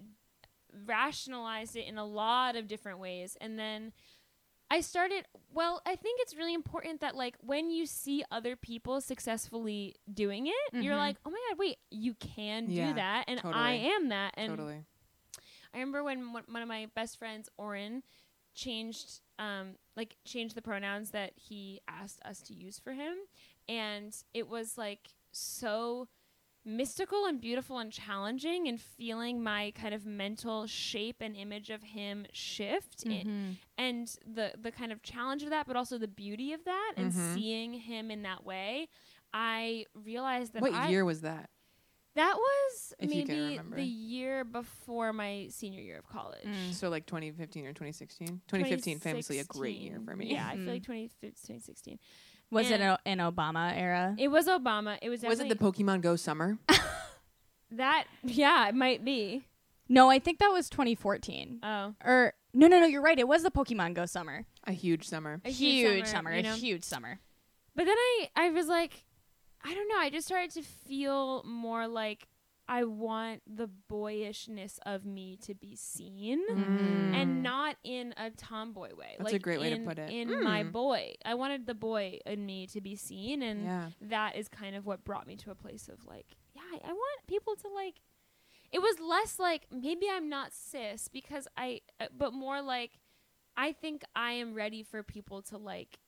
[SPEAKER 1] rationalized it in a lot of different ways. And then I started, well, I think it's really important that, like, when you see other people successfully doing it, you're
[SPEAKER 6] Mhm.
[SPEAKER 1] like, oh my God, wait, you can
[SPEAKER 3] Mm-hmm. Yeah,
[SPEAKER 1] do that. And I
[SPEAKER 3] totally.
[SPEAKER 1] am that. And
[SPEAKER 3] Totally.
[SPEAKER 1] I remember when one- one of my best friends, Oren, changed um like changed the pronouns that he asked us to use for him and it was like so mystical and beautiful and challenging and feeling my kind of mental shape and image of him shift
[SPEAKER 6] Mm-hmm.
[SPEAKER 1] i-
[SPEAKER 3] Mm-hmm.
[SPEAKER 1] and the the kind of challenge of that but also the beauty of that and
[SPEAKER 3] Mhm.
[SPEAKER 1] seeing him in that way I realized that
[SPEAKER 3] What
[SPEAKER 1] I,
[SPEAKER 3] year was that?
[SPEAKER 1] that was
[SPEAKER 3] If you can
[SPEAKER 1] maybe
[SPEAKER 3] remember.
[SPEAKER 1] the year before my senior year of college.
[SPEAKER 6] Mm.
[SPEAKER 3] So like 2015 or 2016? 2015, famously a great year for me. Hmm.
[SPEAKER 1] Yeah, I
[SPEAKER 6] Mhm.
[SPEAKER 1] feel like 2015, 2016.
[SPEAKER 6] Was it
[SPEAKER 1] And-
[SPEAKER 6] an, an Obama era?
[SPEAKER 1] It was Obama. It was
[SPEAKER 3] Was it the
[SPEAKER 1] definitely-
[SPEAKER 3] Pokemon Go summer?
[SPEAKER 1] that? Yeah, it might be.
[SPEAKER 6] no, I think that was 2014.
[SPEAKER 1] Oh,
[SPEAKER 6] or no, no, no. You're right. It was the Pokemon Go summer.
[SPEAKER 3] a huge summer.
[SPEAKER 1] A huge summer,
[SPEAKER 6] huge, summer.
[SPEAKER 1] you know?
[SPEAKER 6] A huge summer.
[SPEAKER 1] but then I I was like, I don't know. I just started to feel more like I want the boyishness of me to be seen.
[SPEAKER 6] Mm-hmm.
[SPEAKER 1] And not in a tomboy way.
[SPEAKER 3] Mm. That's a
[SPEAKER 1] like
[SPEAKER 3] great way to
[SPEAKER 1] in-
[SPEAKER 3] put it.
[SPEAKER 1] In my
[SPEAKER 3] Mm.
[SPEAKER 1] boy, I wanted the boy in me to be seen, and
[SPEAKER 3] Yeah.
[SPEAKER 1] that is kind of what brought me to a place of like, yeah, I, I want people to like. It was less like maybe I'm not cis because I, uh, but more like I think I am ready for people to like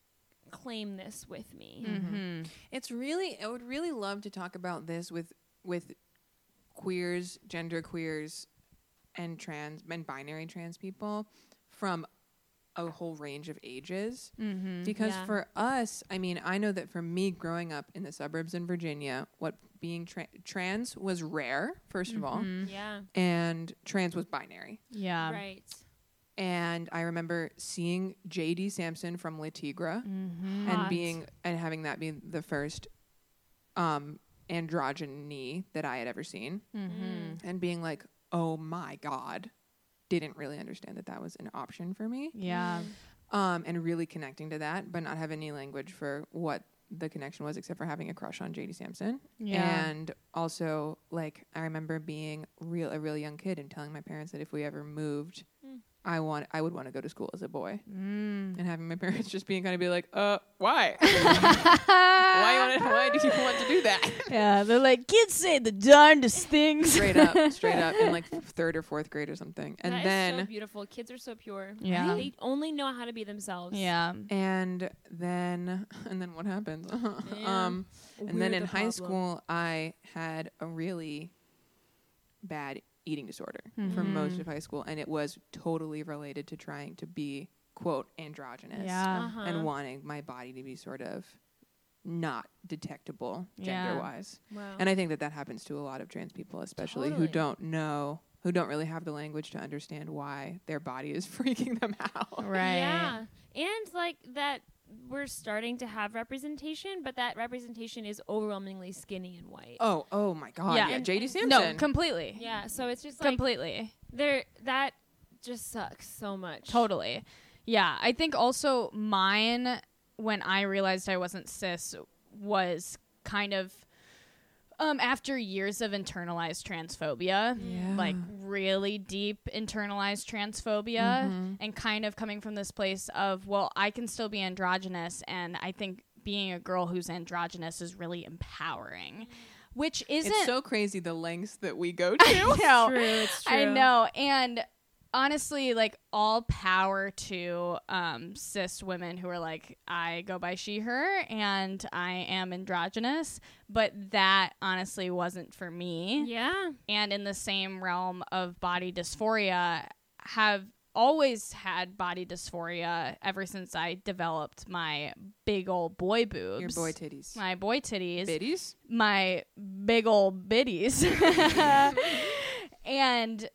[SPEAKER 1] claim this with me.
[SPEAKER 6] Mm-hmm.
[SPEAKER 3] It's really I would really love to talk about this with with queers, gender queers and trans and binary trans people from a whole range of ages.
[SPEAKER 6] Mm-hmm.
[SPEAKER 3] Because
[SPEAKER 1] Yeah.
[SPEAKER 3] for us, I mean, I know that for me growing up in the suburbs in Virginia, what being tra- trans was rare, 1st of all,
[SPEAKER 1] Yeah,
[SPEAKER 3] and trans was binary.
[SPEAKER 6] Yeah.
[SPEAKER 1] right.
[SPEAKER 3] And I remember seeing JD Sampson from Latigra
[SPEAKER 6] Mm-hmm.
[SPEAKER 1] Hot.
[SPEAKER 3] and being and having that be the first um androgyny that I had ever seen
[SPEAKER 6] Mm-hmm.
[SPEAKER 1] Mm.
[SPEAKER 3] and being like, "Oh my god." Didn't really understand that that was an option for me.
[SPEAKER 6] Yeah.
[SPEAKER 3] um, and really connecting to that, but not have any language for what the connection was, except for having a crush on JD Sampson.
[SPEAKER 6] Yeah.
[SPEAKER 3] And also, like, I remember being real a real young kid and telling my parents that if we ever moved,
[SPEAKER 1] Mm.
[SPEAKER 3] I want I would want to go to school as a boy,
[SPEAKER 6] Mm.
[SPEAKER 3] and having my parents just being kind of be like, uh, why? why, you wanna, why do you want to do that?
[SPEAKER 6] Yeah. They're like kids say the darndest things.
[SPEAKER 3] straight up, straight up, in like third or fourth grade or something, and
[SPEAKER 1] That is
[SPEAKER 3] then
[SPEAKER 1] so beautiful. Kids are so pure.
[SPEAKER 6] Yeah.
[SPEAKER 1] they only know how to be themselves.
[SPEAKER 6] Yeah.
[SPEAKER 3] and then and then what happens um and
[SPEAKER 1] We're
[SPEAKER 3] then
[SPEAKER 1] the
[SPEAKER 3] in high
[SPEAKER 1] problem.
[SPEAKER 3] school i had a really bad eating disorder for
[SPEAKER 6] Mm-hmm.
[SPEAKER 3] most of high school and it was totally related to trying to be quote androgynous
[SPEAKER 6] Yeah.
[SPEAKER 1] Uh-huh.
[SPEAKER 3] and wanting my body to be sort of not detectable
[SPEAKER 6] Yeah.
[SPEAKER 3] gender wise
[SPEAKER 1] Wow.
[SPEAKER 3] and i think that that happens to a lot of trans people especially
[SPEAKER 1] Totally.
[SPEAKER 3] who don't know who don't really have the language to understand why their body is freaking them out
[SPEAKER 6] Right.
[SPEAKER 1] Yeah. And like that we're starting to have representation, but that representation is overwhelmingly skinny and white.
[SPEAKER 3] Oh, oh my God!
[SPEAKER 6] Yeah.
[SPEAKER 3] Yeah,
[SPEAKER 1] And-
[SPEAKER 3] JD
[SPEAKER 1] and-
[SPEAKER 3] Sampson.
[SPEAKER 6] No, completely.
[SPEAKER 1] Yeah, so it's just like
[SPEAKER 6] completely.
[SPEAKER 1] there that just sucks so much.
[SPEAKER 6] Totally. Yeah. I think also mine, when I realized I wasn't cis, was kind of um, after years of internalized transphobia,
[SPEAKER 3] Yeah.
[SPEAKER 6] like really deep internalized transphobia, and kind of coming from this place of, well, I can still be androgynous. And I think being a girl who's androgynous is really empowering, which isn't.
[SPEAKER 3] it's so crazy the lengths that we go to.
[SPEAKER 6] I know.
[SPEAKER 1] True, it's true.
[SPEAKER 6] I know. And honestly, like all power to um, cis women who are like, I go by she, her, and I am androgynous. But that honestly wasn't for me.
[SPEAKER 1] Yeah.
[SPEAKER 6] And in the same realm of body dysphoria, have always had body dysphoria ever since I developed my big old boy boobs.
[SPEAKER 3] Your boy titties.
[SPEAKER 6] my boy titties
[SPEAKER 3] Bitties?
[SPEAKER 6] my big old biddies. and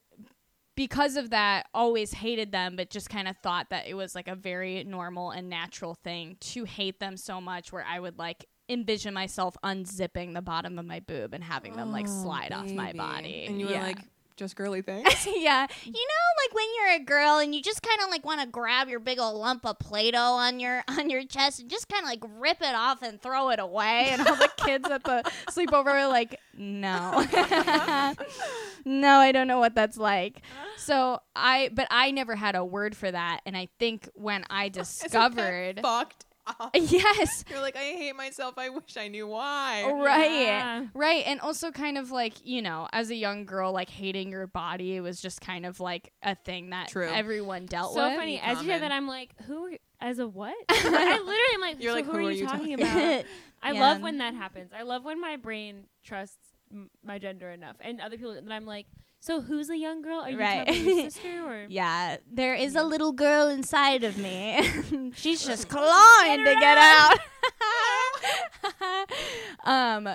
[SPEAKER 6] because of that, always hated them, but just kind of thought that it was like a very normal and natural thing to hate them so much where I would like envision myself unzipping the bottom of my boob and having them like slide off my
[SPEAKER 3] Oh, Baby.
[SPEAKER 6] body.
[SPEAKER 3] And you
[SPEAKER 6] yeah.
[SPEAKER 3] were like, just girly things?
[SPEAKER 6] yeah.
[SPEAKER 2] You know, like when you're a girl and you just kind of like want to grab your big old lump of Play-Doh on your on your chest and just kind of like rip it off and throw it away.
[SPEAKER 6] And all the kids at the sleepover were like, no. no, I don't know what that's like. So I, but I never had a word for that. And I think when I discovered,
[SPEAKER 3] Fucked up.
[SPEAKER 6] yes,
[SPEAKER 3] You're like, I hate myself. I wish I knew why.
[SPEAKER 6] right,
[SPEAKER 1] Yeah.
[SPEAKER 6] right. And also kind of like, you know, as a young girl, like hating your body was just kind of like a thing that
[SPEAKER 3] True.
[SPEAKER 6] everyone dealt
[SPEAKER 1] So
[SPEAKER 6] with.
[SPEAKER 1] funny. As you said that,
[SPEAKER 3] common.
[SPEAKER 1] I'm like, who? are- As a what? I literally am like,
[SPEAKER 3] You're
[SPEAKER 1] so
[SPEAKER 3] like,
[SPEAKER 1] who, are, you talking, about? I
[SPEAKER 6] Yeah.
[SPEAKER 1] love when that happens. I love when my brain trusts m- my gender enough, and other people that I'm like, so who's a young girl? Are you
[SPEAKER 6] Right.
[SPEAKER 1] talking about your sister or?
[SPEAKER 6] Yeah.
[SPEAKER 2] There is a little girl inside of me. She's just clawing to get out.
[SPEAKER 6] um,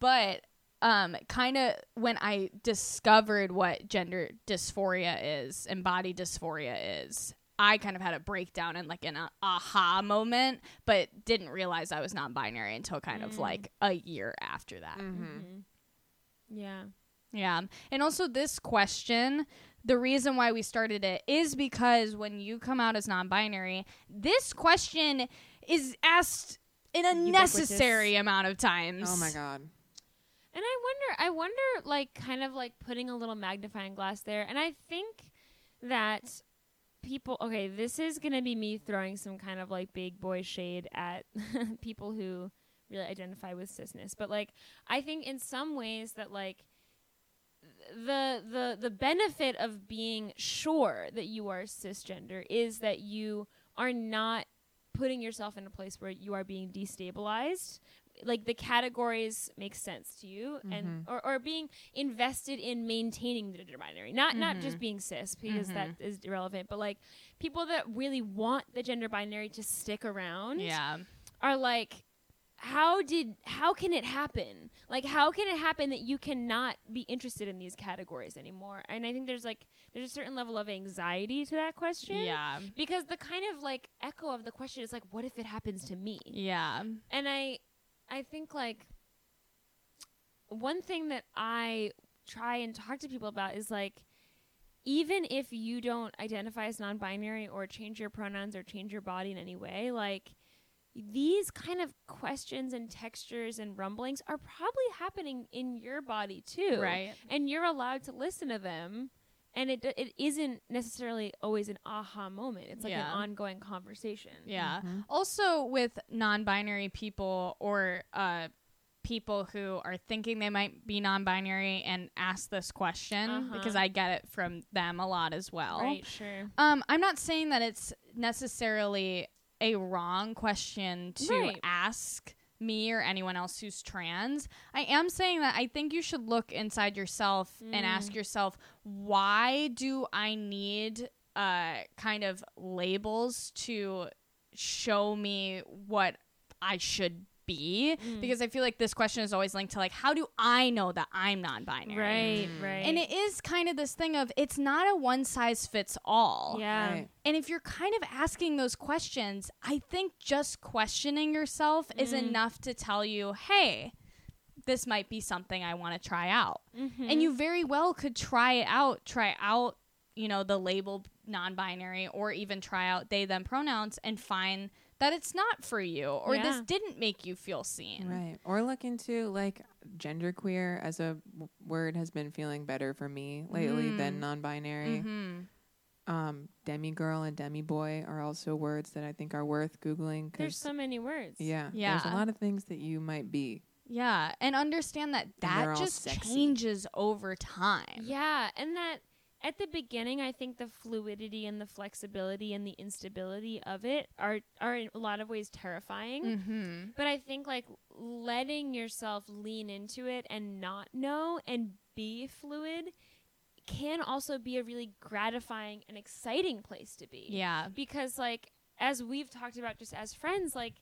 [SPEAKER 6] but um, kind of when I discovered what gender dysphoria is and body dysphoria is, I kind of had a breakdown and like an uh, aha moment, but didn't realize I was non-binary until kind
[SPEAKER 3] Mm.
[SPEAKER 6] of like a year after that.
[SPEAKER 3] Mm-hmm.
[SPEAKER 1] Mm-hmm. Yeah.
[SPEAKER 6] Yeah. And also, this question the reason why we started it is because when you come out as non binary, this question is asked an unnecessary amount of times.
[SPEAKER 3] Oh my god.
[SPEAKER 1] And I wonder, I wonder, like, kind of like putting a little magnifying glass there. And I think that people, okay, this is going to be me throwing some kind of like big boy shade at people who really identify with cisness. But like, I think in some ways that like, the the the benefit of being sure that you are cisgender is that you are not putting yourself in a place where you are being destabilized like the categories make sense to you and or, or being invested in maintaining the gender binary not not
[SPEAKER 6] Mm-hmm.
[SPEAKER 1] just being cis because that is irrelevant but like people that really want the gender binary to stick around
[SPEAKER 6] Yeah.
[SPEAKER 1] are like how did how can it happen like how can it happen that you cannot be interested in these categories anymore and i think there's like there's a certain level of anxiety to that question
[SPEAKER 6] Yeah.
[SPEAKER 1] because the kind of like echo of the question is like what if it happens to me
[SPEAKER 6] Yeah.
[SPEAKER 1] and i i think like one thing that i try and talk to people about is like even if you don't identify as non-binary or change your pronouns or change your body in any way like these kind of questions and textures and rumblings are probably happening in your body too
[SPEAKER 6] Right.
[SPEAKER 1] and you're allowed to listen to them and it, it isn't necessarily always an aha moment it's like
[SPEAKER 6] Yeah.
[SPEAKER 1] an ongoing conversation
[SPEAKER 6] Yeah.
[SPEAKER 3] Mm-hmm.
[SPEAKER 6] Also, with non binary people or uh, people who are thinking they might be non binary and ask this question,
[SPEAKER 1] Uh-huh.
[SPEAKER 6] because I get it from them a lot as well.
[SPEAKER 1] right sure
[SPEAKER 6] Um, I'm not saying that it's necessarily a wrong question to
[SPEAKER 1] Right.
[SPEAKER 6] ask me or anyone else who's trans. I am saying that I think you should look inside yourself and ask
[SPEAKER 1] Mm.
[SPEAKER 6] yourself, why do I need uh kind of labels to show me what I should be?
[SPEAKER 1] Mm.
[SPEAKER 6] Because I feel like this question is always linked to like, how do I know that I'm non-binary?
[SPEAKER 1] Right, right.
[SPEAKER 6] And it is kind of this thing of it's not a one size fits all.
[SPEAKER 1] yeah.
[SPEAKER 3] Right.
[SPEAKER 6] And if you're kind of asking those questions, I think just questioning yourself is enough to tell you, hey, this might be something I want to try out.
[SPEAKER 1] Mm-hmm.
[SPEAKER 6] And you very well could try it out, try out, you know, the label non binary or even try out they, them pronouns and find that it's not for you or this
[SPEAKER 1] Yeah.
[SPEAKER 6] didn't make you feel seen.
[SPEAKER 3] Right. Or look into like genderqueer as a w- word has been feeling better for me lately than non-binary.
[SPEAKER 6] Mm-hmm.
[SPEAKER 3] Um, demi girl and demi boy are also words that I think are worth googling. 'cause-
[SPEAKER 1] There's so many words.
[SPEAKER 3] yeah, There's a
[SPEAKER 6] Yeah.
[SPEAKER 3] lot of things that you might be.
[SPEAKER 6] Yeah. And understand that
[SPEAKER 3] they're
[SPEAKER 6] that
[SPEAKER 3] all
[SPEAKER 6] just
[SPEAKER 3] sexy.
[SPEAKER 6] changes over time.
[SPEAKER 1] Yeah, and that at the beginning, I think the fluidity and the flexibility and the instability of it are are in a lot of ways terrifying.
[SPEAKER 6] Mm-hmm.
[SPEAKER 1] But I think like letting yourself lean into it and not know and be fluid can also be a really gratifying and exciting place to be.
[SPEAKER 6] Yeah.
[SPEAKER 1] Because like as we've talked about just as friends, like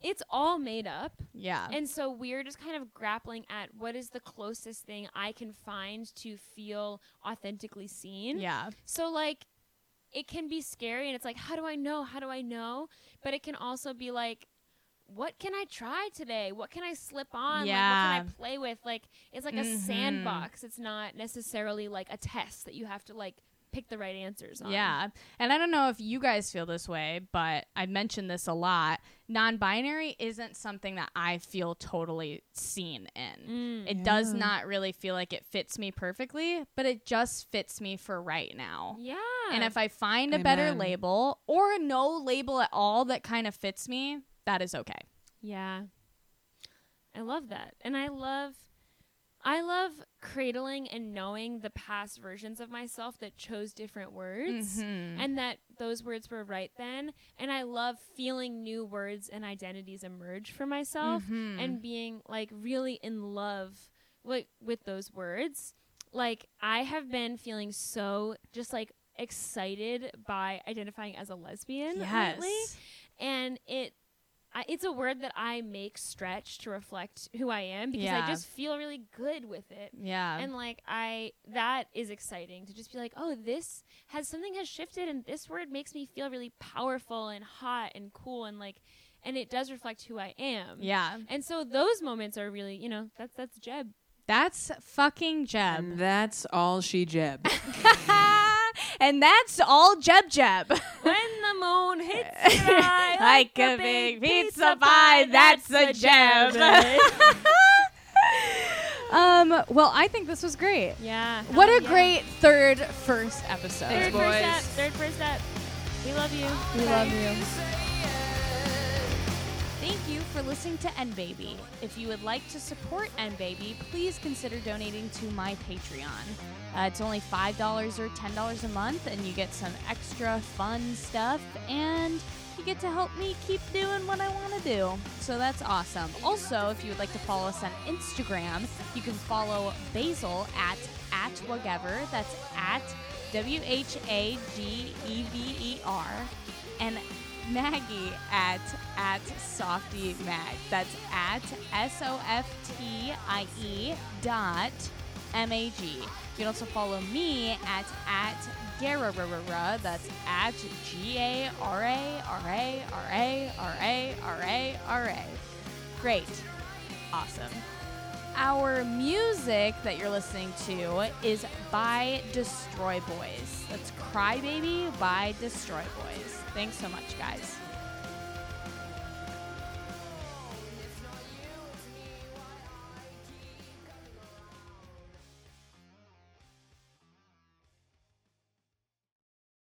[SPEAKER 1] it's all made up.
[SPEAKER 6] Yeah.
[SPEAKER 1] And so we're just kind of grappling at what is the closest thing I can find to feel authentically seen.
[SPEAKER 6] yeah.
[SPEAKER 1] So like it can be scary and it's like how do I know? How do I know? But it can also be like what can I try today? What can I slip on?
[SPEAKER 6] Yeah.
[SPEAKER 1] Like what can I play with? Like it's like a
[SPEAKER 6] Mhm.
[SPEAKER 1] sandbox. It's not necessarily like a test that you have to like pick the right answers on.
[SPEAKER 6] Yeah. And I don't know if you guys feel this way, but I mention this a lot. Non binary isn't something that I feel totally seen in.
[SPEAKER 1] Mm.
[SPEAKER 6] It does
[SPEAKER 3] Yeah.
[SPEAKER 6] not really feel like it fits me perfectly, but it just fits me for right now.
[SPEAKER 1] yeah.
[SPEAKER 6] And if I find a better
[SPEAKER 3] Amen.
[SPEAKER 6] label or no label at all that kind of fits me, that is okay.
[SPEAKER 1] Yeah. I love that. And I love I love cradling and knowing the past versions of myself that chose different words
[SPEAKER 6] Mhm.
[SPEAKER 1] and that those words were right then and I love feeling new words and identities emerge for myself
[SPEAKER 6] Mhm.
[SPEAKER 1] and being like really in love with, with those words. Like I have been feeling so just like excited by identifying as a lesbian lately
[SPEAKER 6] yes.
[SPEAKER 1] and it I, it's a word that I make stretch to reflect who I am because
[SPEAKER 6] Yeah.
[SPEAKER 1] I just feel really good with it.
[SPEAKER 6] Yeah.
[SPEAKER 1] And like I that is exciting to just be like, "Oh, this has something has shifted and this word makes me feel really powerful and hot and cool and like and it does reflect who I am."
[SPEAKER 6] yeah.
[SPEAKER 1] And so those moments are really, you know, that's that's Jeb.
[SPEAKER 6] That's fucking Jeb.
[SPEAKER 3] And that's all she jeb.
[SPEAKER 6] and that's all Jeb Jeb.
[SPEAKER 1] when the moon hits your eye
[SPEAKER 6] like a big pizza pie, that's a gem. um, well, I think this was great.
[SPEAKER 1] yeah.
[SPEAKER 6] What
[SPEAKER 1] hell
[SPEAKER 6] a
[SPEAKER 1] yeah.
[SPEAKER 6] great third first episode.
[SPEAKER 1] Third
[SPEAKER 3] Thanks,
[SPEAKER 1] first
[SPEAKER 3] boys.
[SPEAKER 1] step. Third first step. We love you.
[SPEAKER 6] We love you.
[SPEAKER 7] Thank you for listening to NBaby. If you would like to support NBaby, please consider donating to my Patreon. Uh, it's only $5 or $10 a month, and you get some extra fun stuff, and you get to help me keep doing what I want to do. So that's awesome. Also, if you would like to follow us on Instagram, you can follow Basil at, at Wagever. That's at W H A G E V E R and Maggie at at Softy Mag. That's at S O F T I E dot M A G. You can also follow me at at Gararara. That's at G A R A R A R A R A R A R A. Great. Awesome. Our music that you're listening to is by Destroy Boys. That's Crybaby by Destroy Boys. Thanks so much, guys.